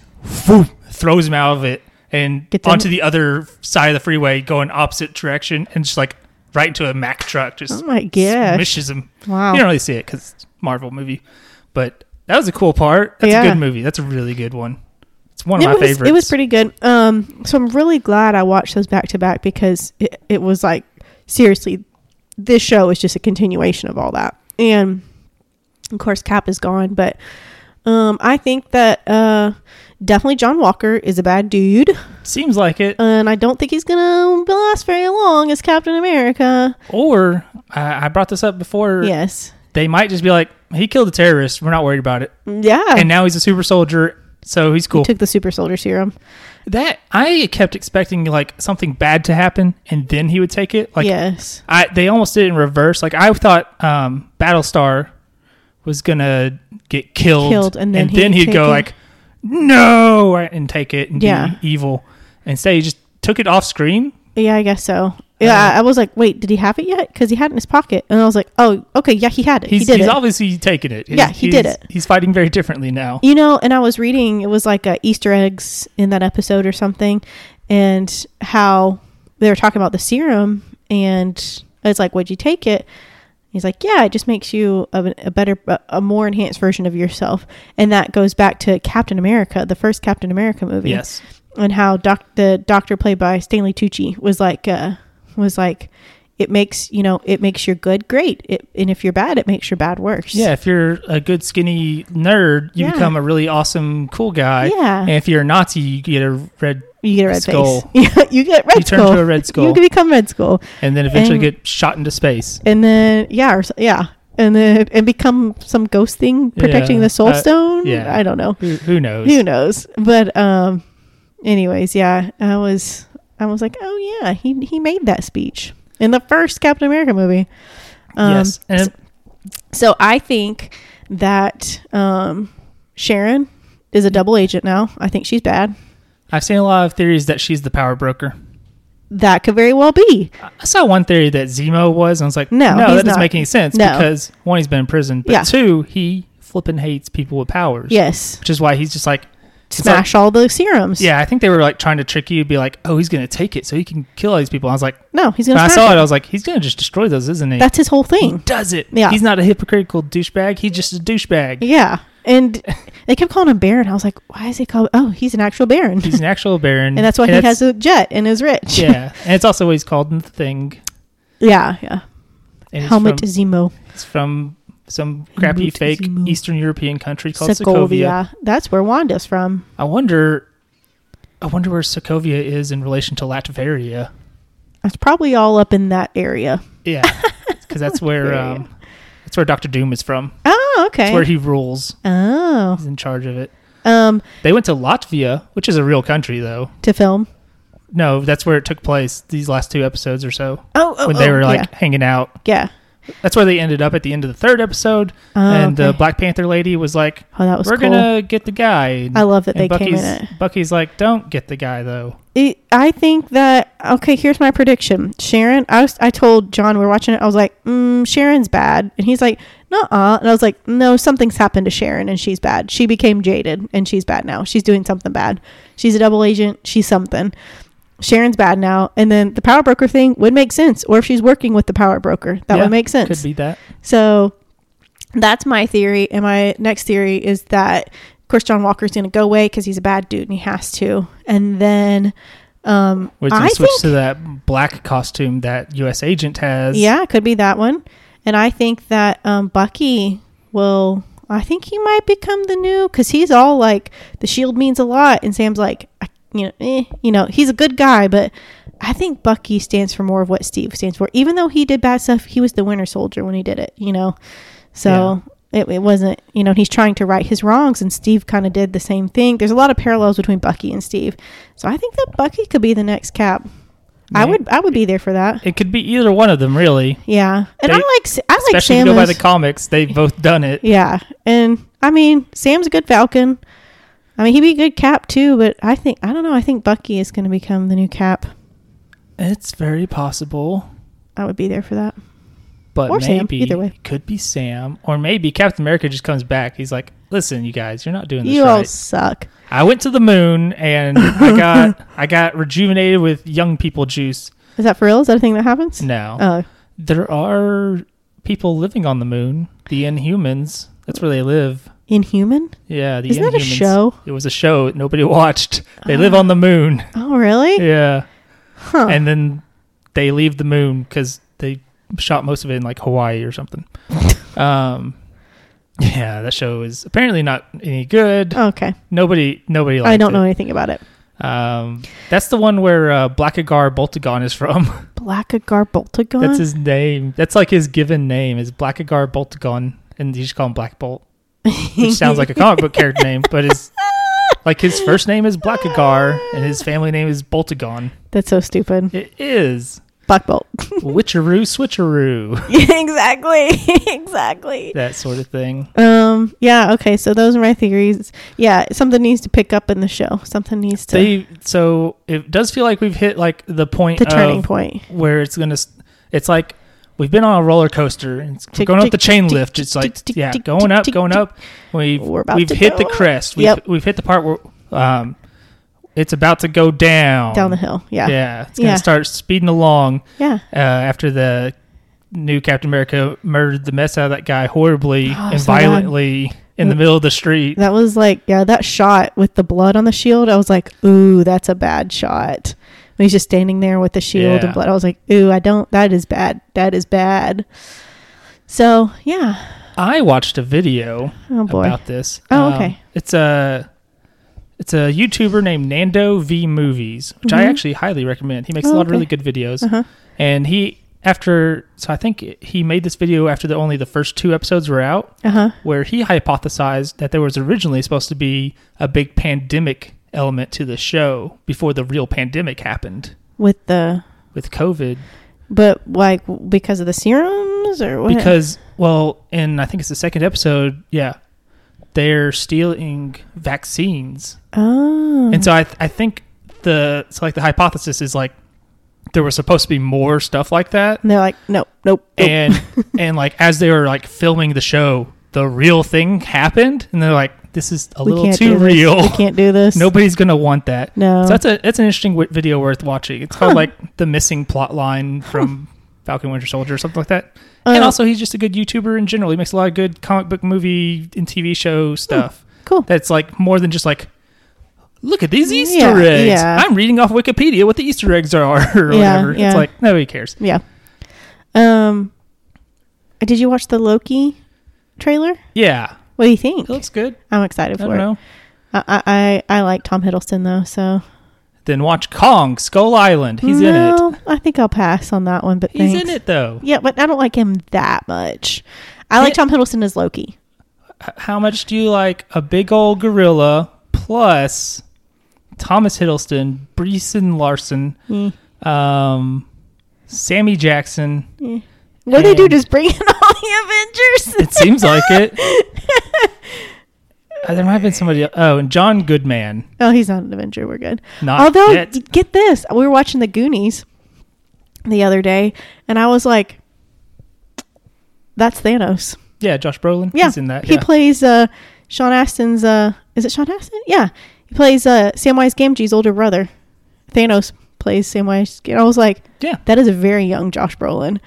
Speaker 2: whoop, throws him out of it and
Speaker 1: Gets in
Speaker 2: onto the other side of the freeway, going opposite direction, and just like right into a Mack truck. Just
Speaker 1: Oh my gosh.
Speaker 2: smishes him.
Speaker 1: wow.
Speaker 2: You don't really see it because Marvel movie, but that was a cool part. That's a
Speaker 1: Yeah.
Speaker 2: good movie. That's a really good one. It's one of
Speaker 1: it
Speaker 2: my
Speaker 1: was
Speaker 2: favorites.
Speaker 1: it was pretty good. Um, so I'm really glad I watched those back to back because it, it was like seriously, this show is just a continuation of all that. And of course, Cap is gone, but um, I think that uh, definitely John Walker is a bad dude,
Speaker 2: Seems like it.
Speaker 1: and I don't think he's gonna last very long as Captain America.
Speaker 2: Or I I brought this up before.
Speaker 1: Yes,
Speaker 2: They might just be like, he killed a terrorist. We're not worried about it.
Speaker 1: yeah.
Speaker 2: and now he's a super soldier, so he's
Speaker 1: Oh. he
Speaker 2: cool.
Speaker 1: took the super soldier serum.
Speaker 2: that I kept expecting like something bad to happen, and then he would take it. Like
Speaker 1: yes.
Speaker 2: I, they almost did it in reverse. Like I thought, um, Battlestar was gonna get killed,
Speaker 1: Killed, and then
Speaker 2: then
Speaker 1: he'd
Speaker 2: he'd go
Speaker 1: take it.
Speaker 2: like, no, and take it and
Speaker 1: Yeah.
Speaker 2: be evil. Instead, he just took it off screen.
Speaker 1: Yeah, I guess so.
Speaker 2: Uh-huh.
Speaker 1: Yeah, I I was like, wait, did he have it yet? Because he had it in his pocket, and I was like, oh, okay, yeah, he had it.
Speaker 2: He's,
Speaker 1: he did
Speaker 2: he's
Speaker 1: it.
Speaker 2: obviously taken it.
Speaker 1: Yeah,
Speaker 2: He's-
Speaker 1: he did
Speaker 2: he's-
Speaker 1: it.
Speaker 2: He's fighting very differently now.
Speaker 1: You know, and I was reading it was like uh, Easter eggs in that episode or something, and how they were talking about the serum, and it's like, would you take it? He's like, yeah, it just makes you a, a better, a, a more enhanced version of yourself, and that goes back to Captain America, the first Captain America movie,
Speaker 2: Yes.
Speaker 1: and how doc- the doctor played by Stanley Tucci was like, uh, was like. It makes you know it makes your good great, it, and if you're bad, it makes your bad worse.
Speaker 2: Yeah, if you're a good skinny nerd, you
Speaker 1: Yeah.
Speaker 2: become a really awesome cool guy.
Speaker 1: Yeah.
Speaker 2: And if you're a Nazi, you get a red,
Speaker 1: You get a red
Speaker 2: Skull.
Speaker 1: face. Yeah, you get red
Speaker 2: You turn
Speaker 1: skull.
Speaker 2: to a Red Skull.
Speaker 1: You can become red skull,
Speaker 2: and then eventually
Speaker 1: And-
Speaker 2: get shot into space.
Speaker 1: and then yeah, or, so- yeah, and then and become some ghost thing protecting
Speaker 2: Yeah,
Speaker 1: the soul
Speaker 2: uh,
Speaker 1: stone.
Speaker 2: yeah.
Speaker 1: I don't know.
Speaker 2: Who, who knows?
Speaker 1: Who knows? But um, anyways, yeah, I was I was like, oh yeah, he he made that speech in the first Captain America movie. Um,
Speaker 2: yes. And
Speaker 1: So I think that um, Sharon is a double agent now. I think she's bad.
Speaker 2: I've seen a lot of theories that she's the power broker.
Speaker 1: That could very well be.
Speaker 2: I saw one theory that Zemo was, and I was like,
Speaker 1: No,
Speaker 2: no, that
Speaker 1: he's
Speaker 2: doesn't
Speaker 1: not.
Speaker 2: make any sense
Speaker 1: No.
Speaker 2: because one, he's been in prison, but
Speaker 1: Yeah.
Speaker 2: two, he flipping hates people with powers.
Speaker 1: Yes.
Speaker 2: Which is why he's just like, it's like-
Speaker 1: Smash all the serums.
Speaker 2: yeah, I think they were like trying to trick you, be like, oh, he's going to take it so he can kill all these people. I was like,
Speaker 1: No, he's
Speaker 2: when
Speaker 1: gonna.
Speaker 2: I
Speaker 1: smash
Speaker 2: saw
Speaker 1: it.
Speaker 2: it, I was like, he's going to just destroy those, isn't he?
Speaker 1: That's his whole
Speaker 2: he
Speaker 1: thing.
Speaker 2: does it.
Speaker 1: Yeah.
Speaker 2: He's not a hypocritical douchebag. He's just a douchebag.
Speaker 1: Yeah. And they kept calling him Baron. I was like, why is he called? Oh, he's an actual Baron.
Speaker 2: He's an actual
Speaker 1: and
Speaker 2: baron.
Speaker 1: that's why he has a jet and is rich.
Speaker 2: yeah. And it's also what he's called in the thing.
Speaker 1: yeah. Yeah.
Speaker 2: And it's
Speaker 1: Helmet
Speaker 2: from-
Speaker 1: Zemo.
Speaker 2: It's from some crappy
Speaker 1: Helmut
Speaker 2: fake
Speaker 1: Zemo.
Speaker 2: Eastern European country called Sokovia.
Speaker 1: Sokovia. That's where Wanda's from.
Speaker 2: I wonder. I wonder where Sokovia is in relation to Latveria.
Speaker 1: That's probably all up in that area.
Speaker 2: Yeah, because that's where
Speaker 1: Latveria.
Speaker 2: um, that's where Doctor Doom is from.
Speaker 1: Oh,
Speaker 2: That's where
Speaker 1: okay.
Speaker 2: he rules.
Speaker 1: Oh.
Speaker 2: He's in charge of it.
Speaker 1: Um,
Speaker 2: They went to Latvia, which is a real country, though.
Speaker 1: to film.
Speaker 2: No, that's where it took place. These last two episodes or so,
Speaker 1: Oh, oh,
Speaker 2: when they
Speaker 1: oh,
Speaker 2: were like
Speaker 1: yeah.
Speaker 2: hanging out.
Speaker 1: yeah.
Speaker 2: That's where they ended up at the end of the third episode,
Speaker 1: Oh,
Speaker 2: and the
Speaker 1: okay.
Speaker 2: Black Panther lady was like,
Speaker 1: Oh, that was
Speaker 2: "We're
Speaker 1: cool.
Speaker 2: gonna get the guy." And-
Speaker 1: I love that
Speaker 2: and
Speaker 1: they came in
Speaker 2: Bucky's-
Speaker 1: it.
Speaker 2: Bucky's like, "Don't get the guy though."
Speaker 1: it, I think that okay. Here's my prediction, Sharon. I was, I told John we are watching it. I was like, mm, Sharon's bad, and he's like, Nuh-uh. and I was like, no, something's happened to Sharon, and she's bad. She became jaded, and she's bad now. She's doing something bad. She's a double agent. She's something. Sharon's bad now, and then the power broker thing would make sense, or if she's working with the power broker, that
Speaker 2: Yeah,
Speaker 1: would make sense.
Speaker 2: Could be that.
Speaker 1: So that's my theory. And my next theory is that, of course, John Walker's going to go away because he's a bad dude and he has to. And then, um,
Speaker 2: Which
Speaker 1: I
Speaker 2: they switch
Speaker 1: think,
Speaker 2: to that black costume that U.S. agent has.
Speaker 1: yeah, it could be that one. And I think that um, Bucky will. I think he might become the new because he's all like the shield means a lot, and Sam's like, I- you know, eh, you know, he's a good guy, but I think Bucky stands for more of what Steve stands for. Even though he did bad stuff, he was the Winter Soldier when he did it, you know. So it, it wasn't, you know, he's trying to right his wrongs, and Steve kind of did the same thing. There's a lot of parallels between Bucky and Steve, so I think that Bucky could be the next Cap. I
Speaker 2: May-
Speaker 1: would, I would be there for that.
Speaker 2: It could be either one of them, really.
Speaker 1: Yeah, and I
Speaker 2: They-
Speaker 1: like Sa- I like
Speaker 2: Especially if you go by the
Speaker 1: Samus.
Speaker 2: comics, they've both done it.
Speaker 1: yeah, and I mean Sam's a good Falcon. I mean he'd be a good Cap too, but I think I don't know. I think Bucky is going to become the new Cap.
Speaker 2: It's very possible,
Speaker 1: I would be there for that.
Speaker 2: but
Speaker 1: Or Sam,
Speaker 2: maybe
Speaker 1: either way.
Speaker 2: it could be Sam, or maybe Captain America just comes back. He's like, "Listen, you guys, you're not doing this
Speaker 1: You all
Speaker 2: right.
Speaker 1: suck.
Speaker 2: I went to the moon and I got I got rejuvenated with young people juice.
Speaker 1: Is that for real? Is that a thing that happens?
Speaker 2: No,
Speaker 1: Oh,
Speaker 2: there are people living on the moon. The Inhumans. That's where they live.
Speaker 1: Inhuman.
Speaker 2: Yeah, the
Speaker 1: Isn't that a
Speaker 2: Inhumans.
Speaker 1: show?
Speaker 2: It was a show that nobody watched. They live on the moon.
Speaker 1: Oh, really?
Speaker 2: Yeah.
Speaker 1: Huh.
Speaker 2: And then they leave the moon because they shot most of it in like Hawaii or something. um, yeah, that show is apparently not any good.
Speaker 1: okay.
Speaker 2: Nobody, nobody. Liked
Speaker 1: Oh. I don't
Speaker 2: it.
Speaker 1: know anything about it.
Speaker 2: Um, that's the one where uh, Blackagar Boltagon is from.
Speaker 1: Blackagar Boltagon.
Speaker 2: that's his name. That's like his given name is Blackagar Boltagon, and you just call him Black Bolt, which sounds like a comic book character name, but is like his first name is Blackagar and his family name is Boltagon.
Speaker 1: That's so stupid.
Speaker 2: It is.
Speaker 1: Black Bolt.
Speaker 2: Witcheroo, switcheroo,
Speaker 1: exactly. exactly.
Speaker 2: that sort of thing.
Speaker 1: Um. Yeah. Okay. So those are my theories. Yeah. Something needs to pick up in the show. Something needs to
Speaker 2: They uh, so it does feel like we've hit like the point
Speaker 1: the turning
Speaker 2: of
Speaker 1: point.
Speaker 2: where it's gonna. s- It's like we've been on a roller coaster and it's
Speaker 1: Tick,
Speaker 2: going up
Speaker 1: tick,
Speaker 2: the chain
Speaker 1: tick,
Speaker 2: lift. It's like
Speaker 1: tick, tick,
Speaker 2: yeah,
Speaker 1: tick,
Speaker 2: going
Speaker 1: tick,
Speaker 2: up,
Speaker 1: tick,
Speaker 2: going
Speaker 1: tick.
Speaker 2: up. We've
Speaker 1: We're about
Speaker 2: we've
Speaker 1: to
Speaker 2: hit the
Speaker 1: go.
Speaker 2: crest. We've
Speaker 1: Yep.
Speaker 2: we've hit the part where um it's about to go down
Speaker 1: down the hill. Yeah. Yeah.
Speaker 2: um, Yeah, it's gonna
Speaker 1: Yeah.
Speaker 2: start speeding along uh, after the new Captain America murdered the mess out of that guy horribly
Speaker 1: Oh,
Speaker 2: and
Speaker 1: so bad. Mm.
Speaker 2: violently in the middle of the street.
Speaker 1: That was like yeah. That shot with the blood on the shield. I was like, ooh, that's a bad shot. When he's just standing there with the shield
Speaker 2: Yeah.
Speaker 1: and blood. I was like, ooh, I don't. That is bad. That is bad. So yeah.
Speaker 2: I watched a video
Speaker 1: Oh boy.
Speaker 2: about this. Um,
Speaker 1: Oh, okay.
Speaker 2: It's a it's a YouTuber named Nando V Movies, which I
Speaker 1: Mhm.
Speaker 2: actually highly recommend. He makes a
Speaker 1: Oh,
Speaker 2: lot of really
Speaker 1: okay.
Speaker 2: good videos,
Speaker 1: Uh-huh.
Speaker 2: and he after so I think he made this video after the only the first two episodes were out.
Speaker 1: Uh huh.
Speaker 2: where he hypothesized that there was originally supposed to be a big pandemic element to the show before the real pandemic happened
Speaker 1: With the
Speaker 2: with COVID.
Speaker 1: but like because of the serums or what?
Speaker 2: Because, well, in I think it's the second episode, yeah, they're stealing vaccines.
Speaker 1: oh.
Speaker 2: And so I, I think the, so like the hypothesis is like there was supposed to be more stuff like that.
Speaker 1: And they're like, no, nope, nope.
Speaker 2: and
Speaker 1: Mm-hmm.
Speaker 2: and like as they were like filming the show, the real thing happened, and they're like, "This is a little
Speaker 1: can't
Speaker 2: too
Speaker 1: do this.
Speaker 2: real.
Speaker 1: We can't do this.
Speaker 2: Nobody's gonna want that."
Speaker 1: No.
Speaker 2: So that's a that's an interesting w- video worth watching. It's called
Speaker 1: Oh. Huh.
Speaker 2: like the missing plot line from Falcon Winter Soldier or something like that.
Speaker 1: Uh,
Speaker 2: and also, he's just a good YouTuber in general. He makes a lot of good comic book movie and TV show stuff.
Speaker 1: cool.
Speaker 2: That's like more than just like. Look at these Easter
Speaker 1: Yeah,
Speaker 2: eggs.
Speaker 1: yeah.
Speaker 2: I'm reading off Wikipedia what the Easter eggs are or
Speaker 1: Yeah,
Speaker 2: whatever.
Speaker 1: yeah.
Speaker 2: It's like nobody cares.
Speaker 1: Yeah. Um, did you watch the Loki trailer?
Speaker 2: Yeah.
Speaker 1: What do you think?
Speaker 2: It looks good.
Speaker 1: I'm
Speaker 2: I
Speaker 1: excited
Speaker 2: don't
Speaker 1: for it.
Speaker 2: know.
Speaker 1: I, I I I like Tom Hiddleston though, so
Speaker 2: Then watch Kong Skull Island. He's in it.
Speaker 1: no, I think I'll pass on that one. But
Speaker 2: He's
Speaker 1: thanks.
Speaker 2: in it though.
Speaker 1: Yeah, but I don't like him that much. I like
Speaker 2: Hit-
Speaker 1: Tom Hiddleston as Loki.
Speaker 2: H- How much do you like a big old gorilla plus Thomas Hiddleston, Breeson Larson,
Speaker 1: Mm.
Speaker 2: um, Sammy Jackson?
Speaker 1: What do they do?
Speaker 2: And-
Speaker 1: Just bring in all the Avengers?
Speaker 2: It seems like it. Uh, there might have been somebody. el- Oh, and John Goodman.
Speaker 1: Oh, he's not an Avenger. We're good.
Speaker 2: Not
Speaker 1: Although,
Speaker 2: yet.
Speaker 1: d- get this. We were watching The Goonies the other day, and I was like, that's Thanos.
Speaker 2: Yeah, Josh Brolin.
Speaker 1: Yeah.
Speaker 2: he's in that.
Speaker 1: He
Speaker 2: yeah.
Speaker 1: plays uh, Sean Astin's. Uh, is it Sean Astin? Yeah. He plays uh, Samwise Gamgee's older brother. Thanos plays Samwise. And I was like,
Speaker 2: yeah,
Speaker 1: that is a very young Josh Brolin.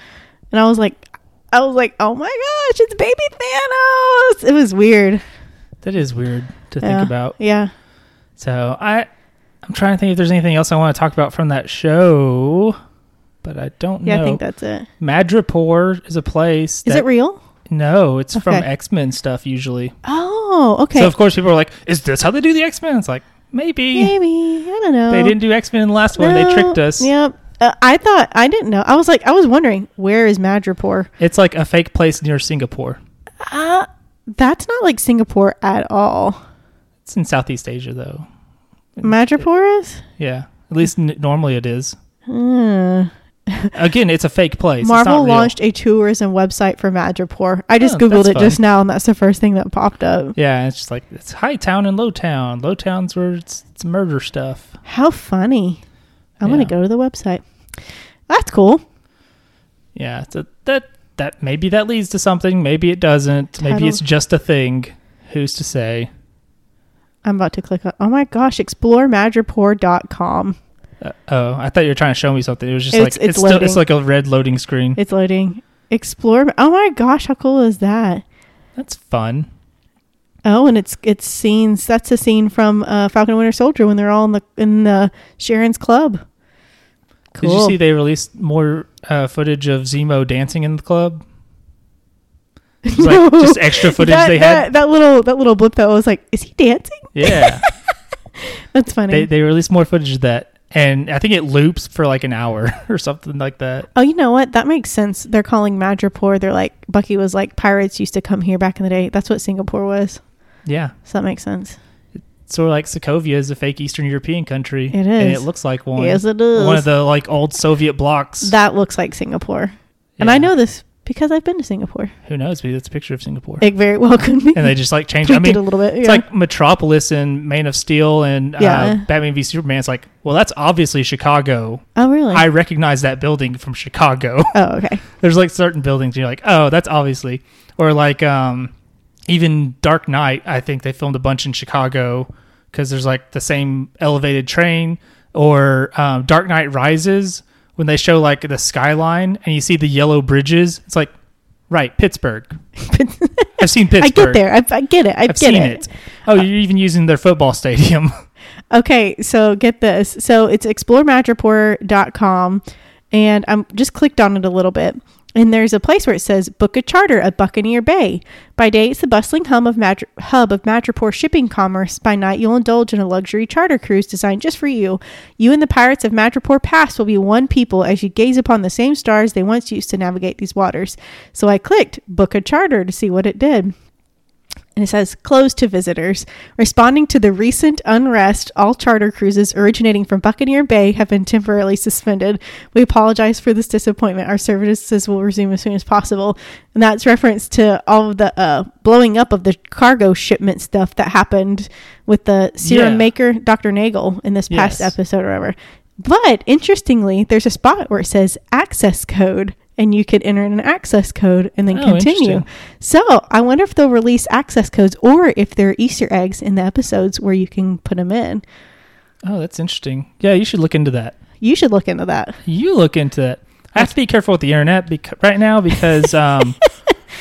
Speaker 1: And I was like, I was like, oh my gosh, it's baby Thanos. It was weird.
Speaker 2: that is weird to
Speaker 1: Yeah.
Speaker 2: think about.
Speaker 1: Yeah.
Speaker 2: So I, I'm trying to think if there's anything else I want to talk about from that show, but I don't
Speaker 1: Yeah,
Speaker 2: know.
Speaker 1: I think that's it.
Speaker 2: Madripoor is a place.
Speaker 1: Is
Speaker 2: that-
Speaker 1: it real?
Speaker 2: No, it's from
Speaker 1: Okay.
Speaker 2: X Men stuff usually.
Speaker 1: Oh, okay.
Speaker 2: So of course people are like, "Is this how they do the X Men?" It's like maybe
Speaker 1: Maybe I don't know.
Speaker 2: they didn't do X Men in the last one. They
Speaker 1: No.
Speaker 2: tricked us.
Speaker 1: Yep. Uh, I thought I didn't know. I was like, I was wondering where is Madripoor?
Speaker 2: It's like a fake place near Singapore.
Speaker 1: Uh, that's not like Singapore at all.
Speaker 2: It's in Southeast Asia though.
Speaker 1: Madripoor is.
Speaker 2: Yeah, at least n- normally it is.
Speaker 1: Hmm.
Speaker 2: Again, it's a fake place. it's not
Speaker 1: Marvel
Speaker 2: real.
Speaker 1: launched a tourism website for Madripoor. I just
Speaker 2: Oh,
Speaker 1: googled
Speaker 2: that's
Speaker 1: it just now, and that's the first thing that popped up.
Speaker 2: Yeah, it's just like it's high town and low town. Low town's where it's, it's murder stuff.
Speaker 1: How funny! I'm
Speaker 2: Yeah.
Speaker 1: gonna go to the website. That's cool.
Speaker 2: Yeah, so that that maybe that leads to something, maybe it doesn't. Maybe
Speaker 1: Title-
Speaker 2: it's just a thing. Who's to say?
Speaker 1: I'm about to click on. Oh my gosh! ExploreMadripoor.com.
Speaker 2: Uh, oh, I thought you were trying to show me something. It was just
Speaker 1: It's-
Speaker 2: like
Speaker 1: it's
Speaker 2: it's still, it's
Speaker 1: loading.
Speaker 2: like a red loading screen.
Speaker 1: It's loading. Explore. Oh my gosh! How cool is that?
Speaker 2: That's fun.
Speaker 1: Oh, and it's it's scenes. That's a scene from uh, Falcon and Winter Soldier when they're all in the in the Sharon's club.
Speaker 2: Did you
Speaker 1: Cool.
Speaker 2: see they released more uh, footage of Zemo dancing in the club? It was like just extra footage
Speaker 1: that,
Speaker 2: they
Speaker 1: that,
Speaker 2: had.
Speaker 1: that little that little blip that was like, is he dancing?
Speaker 2: Yeah,
Speaker 1: That's funny.
Speaker 2: they they released more footage of that, and I think it loops for like an hour or something like that.
Speaker 1: oh, you know what? That makes sense. They're calling Madripoor. They're like Bucky was like pirates used to come here back in the day. That's what Singapore was.
Speaker 2: Yeah,
Speaker 1: So that makes sense.
Speaker 2: sort of like Sokovia is a fake Eastern European country.
Speaker 1: It
Speaker 2: And
Speaker 1: is.
Speaker 2: it looks like one.
Speaker 1: Yes, it is.
Speaker 2: One of the like old Soviet blocks.
Speaker 1: That looks like Singapore. And
Speaker 2: Yeah.
Speaker 1: I know this because I've been to Singapore.
Speaker 2: Who knows? Maybe that's a picture of Singapore.
Speaker 1: It very well could be.
Speaker 2: and they just like change.
Speaker 1: tweaked
Speaker 2: I mean,
Speaker 1: it a little bit. Yeah.
Speaker 2: it's like Metropolis and Man of Steel and
Speaker 1: Yeah.
Speaker 2: uh, Batman v Superman. It's like, well, that's obviously Chicago.
Speaker 1: oh, really?
Speaker 2: I recognize that building from Chicago.
Speaker 1: oh, okay.
Speaker 2: There's like certain buildings you're like, oh, that's obviously, or like um, even Dark Knight. I think they filmed a bunch in Chicago because there's like the same elevated train or um, Dark Knight Rises when they show like the skyline and you see the yellow bridges. It's like, right, Pittsburgh. I've seen Pittsburgh.
Speaker 1: I get there. I, I get it. I
Speaker 2: I've
Speaker 1: get
Speaker 2: seen it. Oh, you're even using their football stadium.
Speaker 1: Okay, so get this. So it's exploremadripoor.com and I'm just clicked on it a little bit. And there's a place where it says book a charter at Buccaneer Bay. By day, it's the bustling hum of Madri- hub of Madripoor shipping commerce. By night, you'll indulge in a luxury charter cruise designed just for you. You and the pirates of Madripoor Pass will be one people as you gaze upon the same stars they once used to navigate these waters. So I clicked book a charter to see what it did and it says closed to visitors. Responding to the recent unrest, all charter cruises originating from Buccaneer Bay have been temporarily suspended. We apologize for this disappointment. Our services will resume as soon as possible. And that's reference to all of the uh, blowing up of the cargo shipment stuff that happened with the serum
Speaker 2: Yeah.
Speaker 1: maker, Dr. Nagel, in this past
Speaker 2: Yes.
Speaker 1: episode or whatever. But interestingly, there's a spot where it says access code, and you could enter in an access code and then
Speaker 2: Oh,
Speaker 1: continue.
Speaker 2: interesting.
Speaker 1: So I wonder if they'll release access codes or if there are Easter eggs in the episodes where you can put them in.
Speaker 2: oh, that's interesting. Yeah, you should look into that.
Speaker 1: You should look into that.
Speaker 2: You look into that. I have to be careful with the internet because right now because um,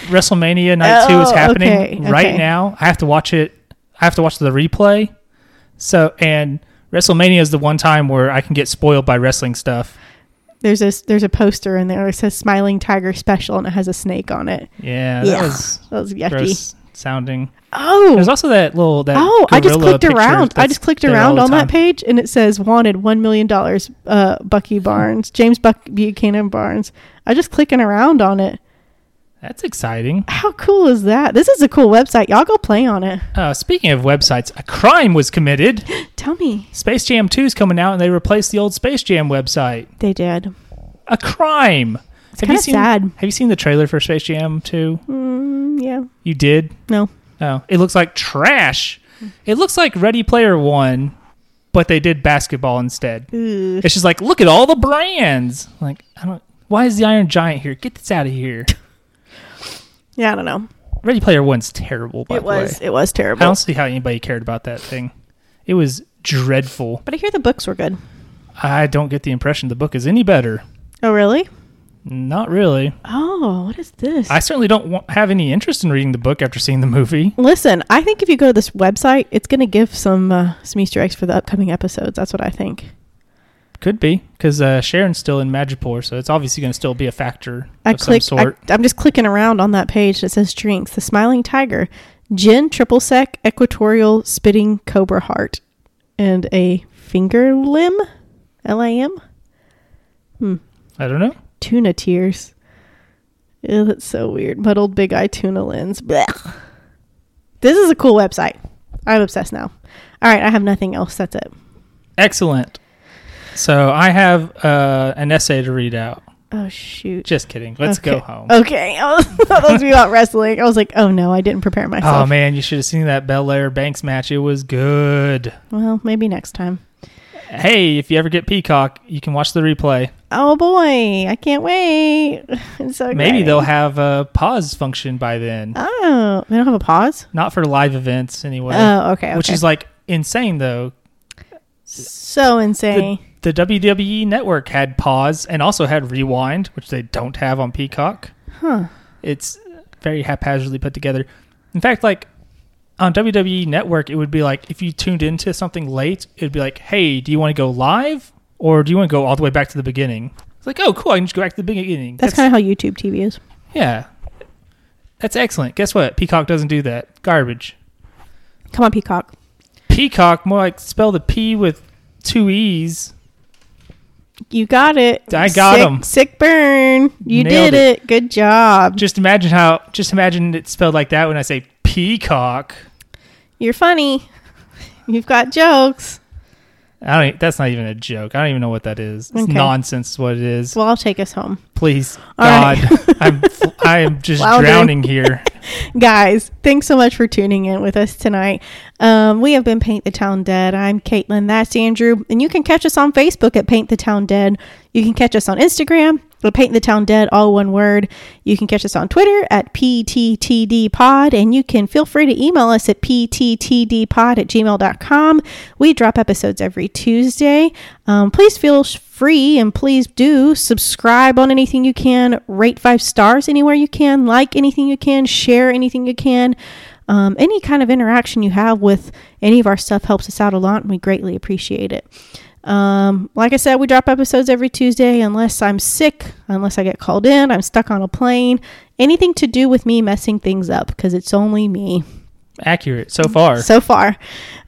Speaker 2: WrestleMania Night Two is
Speaker 1: Oh,
Speaker 2: happening
Speaker 1: okay,
Speaker 2: right
Speaker 1: okay.
Speaker 2: now. I have to watch it. I have to watch the replay. So and WrestleMania is the one time where I can get spoiled by wrestling stuff.
Speaker 1: There's a there's a poster in there. It says "Smiling Tiger Special" and it has a snake on it.
Speaker 2: Yeah, that
Speaker 1: Yeah.
Speaker 2: was
Speaker 1: That was yucky.
Speaker 2: gross sounding.
Speaker 1: Oh,
Speaker 2: There's also that little that
Speaker 1: oh! I just
Speaker 2: gorilla
Speaker 1: clicked
Speaker 2: picture
Speaker 1: around. I
Speaker 2: that's
Speaker 1: just clicked
Speaker 2: there all
Speaker 1: around
Speaker 2: the
Speaker 1: on
Speaker 2: time.
Speaker 1: that page, and it says "Wanted one million dollars." Uh, Bucky Barnes, James Buck Buchanan Barnes. I just clicking around on it.
Speaker 2: That's exciting.
Speaker 1: How cool is that? This is a cool website. Y'all go play on it.
Speaker 2: Uh, speaking of websites, a crime was committed.
Speaker 1: Tell me.
Speaker 2: Space Jam 2 is coming out and they replaced the old Space Jam website.
Speaker 1: They did.
Speaker 2: A crime. It's
Speaker 1: kinda sad.
Speaker 2: Have you seen the trailer for Space Jam 2?
Speaker 1: Mm, yeah.
Speaker 2: You did?
Speaker 1: No.
Speaker 2: Oh, it looks like trash. It looks like Ready Player One, but they did basketball instead.
Speaker 1: Ugh.
Speaker 2: It's just like, look at all the brands. Like, I don't. Why is the Iron Giant here? Get this out of here.
Speaker 1: Yeah, I don't know.
Speaker 2: Ready Player One's terrible, by
Speaker 1: It
Speaker 2: the
Speaker 1: was
Speaker 2: way.
Speaker 1: it was
Speaker 2: I
Speaker 1: terrible.
Speaker 2: don't see how anybody cared about that thing. It was dreadful.
Speaker 1: But I hear the books were good.
Speaker 2: I don't get the impression the book is any better.
Speaker 1: Oh, really?
Speaker 2: Not really.
Speaker 1: Oh, what is this?
Speaker 2: I certainly don't wa- have any interest in reading the book after seeing the movie.
Speaker 1: Listen, I think if you go to this website, it's going to give some uh, some Easter eggs for the upcoming episodes. That's what I think.
Speaker 2: Could be because uh, Sharon's still in Madripoor, so it's obviously going to still be a factor
Speaker 1: I
Speaker 2: of
Speaker 1: click.
Speaker 2: some sort.
Speaker 1: I, am just clicking around on that page that says drinks. The Smiling Tiger, Gin Triple Sec, Equatorial Spitting Cobra Heart, and a finger limb, L A M, Hmm,
Speaker 2: I, don't know.
Speaker 1: tuna tears. Ew, that's so weird. Muddled big eye tuna lens. Blech. This is a cool website. I'm obsessed now. All right, I have nothing else. That's it.
Speaker 2: Excellent. So I have uh, an essay to read out.
Speaker 1: Oh shoot.
Speaker 2: Just kidding. Let's
Speaker 1: Okay. Oh,
Speaker 2: go home.
Speaker 1: Okay, I was that was me about wrestling. I was like, oh no, I didn't prepare
Speaker 2: Oh
Speaker 1: myself.
Speaker 2: man, you should have seen that Belair Banks match. It was good.
Speaker 1: Well, maybe next time.
Speaker 2: Hey, if you ever get Peacock, you can watch the replay.
Speaker 1: Oh boy, I can't wait. It's so
Speaker 2: Maybe
Speaker 1: exciting.
Speaker 2: they'll have a pause function by then.
Speaker 1: Oh, they don't have a pause.
Speaker 2: Not for live events anyway.
Speaker 1: Oh, okay,
Speaker 2: Which
Speaker 1: okay.
Speaker 2: is like insane though.
Speaker 1: So
Speaker 2: the,
Speaker 1: insane.
Speaker 2: the WWE network had pause and also had rewind, which they don't have on Peacock.
Speaker 1: huh.
Speaker 2: It's very haphazardly put together. In fact, like on WWE network, it would be like if you tuned into something late, it'd be like, "Hey, do you want to go live or do you want to go all the way back to the beginning?" It's like, "Oh, cool, I can just go back to the beginning."
Speaker 1: That's, kind of how YouTube TV is.
Speaker 2: yeah. That's excellent. Guess what? Peacock doesn't do that. Garbage.
Speaker 1: Come on, Peacock.
Speaker 2: Peacock, more like spell the P with two E's.
Speaker 1: You got it.
Speaker 2: I got
Speaker 1: Sick-
Speaker 2: 'em.
Speaker 1: Sick burn. You
Speaker 2: Nailed
Speaker 1: did it. Good job.
Speaker 2: Just imagine how. Just imagine it's spelled like that when I say peacock.
Speaker 1: You're funny. You've got jokes.
Speaker 2: I don't. e- That's not even a joke. I don't even know what that is. It's
Speaker 1: Okay.
Speaker 2: nonsense. Is what it is.
Speaker 1: Well, I'll take us home.
Speaker 2: Please,
Speaker 1: All
Speaker 2: God,
Speaker 1: right.
Speaker 2: I'm fl- I am just
Speaker 1: Loudon.
Speaker 2: drowning here.
Speaker 1: Guys, thanks so much for tuning in with us tonight. Um, we have been Paint the Town Dead. I'm Caitlin. That's Andrew. And you can catch us on Facebook at Paint the Town Dead. You can catch us on Instagram at Paint the Town Dead, all one word. You can catch us on Twitter at PTTD Pod. And you can feel free to email us at PTTDpod at gmail.com. We drop episodes every Tuesday. Um, please feel sh- free and please do subscribe on anything you can, rate five stars anywhere you can, like anything you can, share anything you can. Um, any kind of interaction you have with any of our stuff helps us out a lot and we greatly appreciate it. Um, like I said, we drop episodes every Tuesday unless I'm sick, unless I get called in, I'm stuck on a plane, anything to do with me messing things up because it's only me
Speaker 2: Accurate so far.
Speaker 1: Mm-hmm. so far.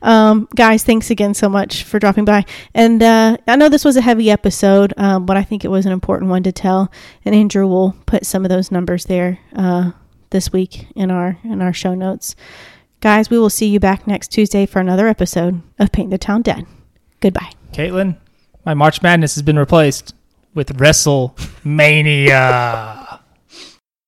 Speaker 1: Um, guys, thanks again so much for dropping by. And uh, I know this was a heavy episode, um, but I think it was an important one to tell. And Andrew will put some of those numbers there uh, this week in our in our show notes. Guys, we will see you back next Tuesday for another episode of Paint the Town Dead. Goodbye.
Speaker 2: Caitlin, my March Madness has been replaced with WrestleMania.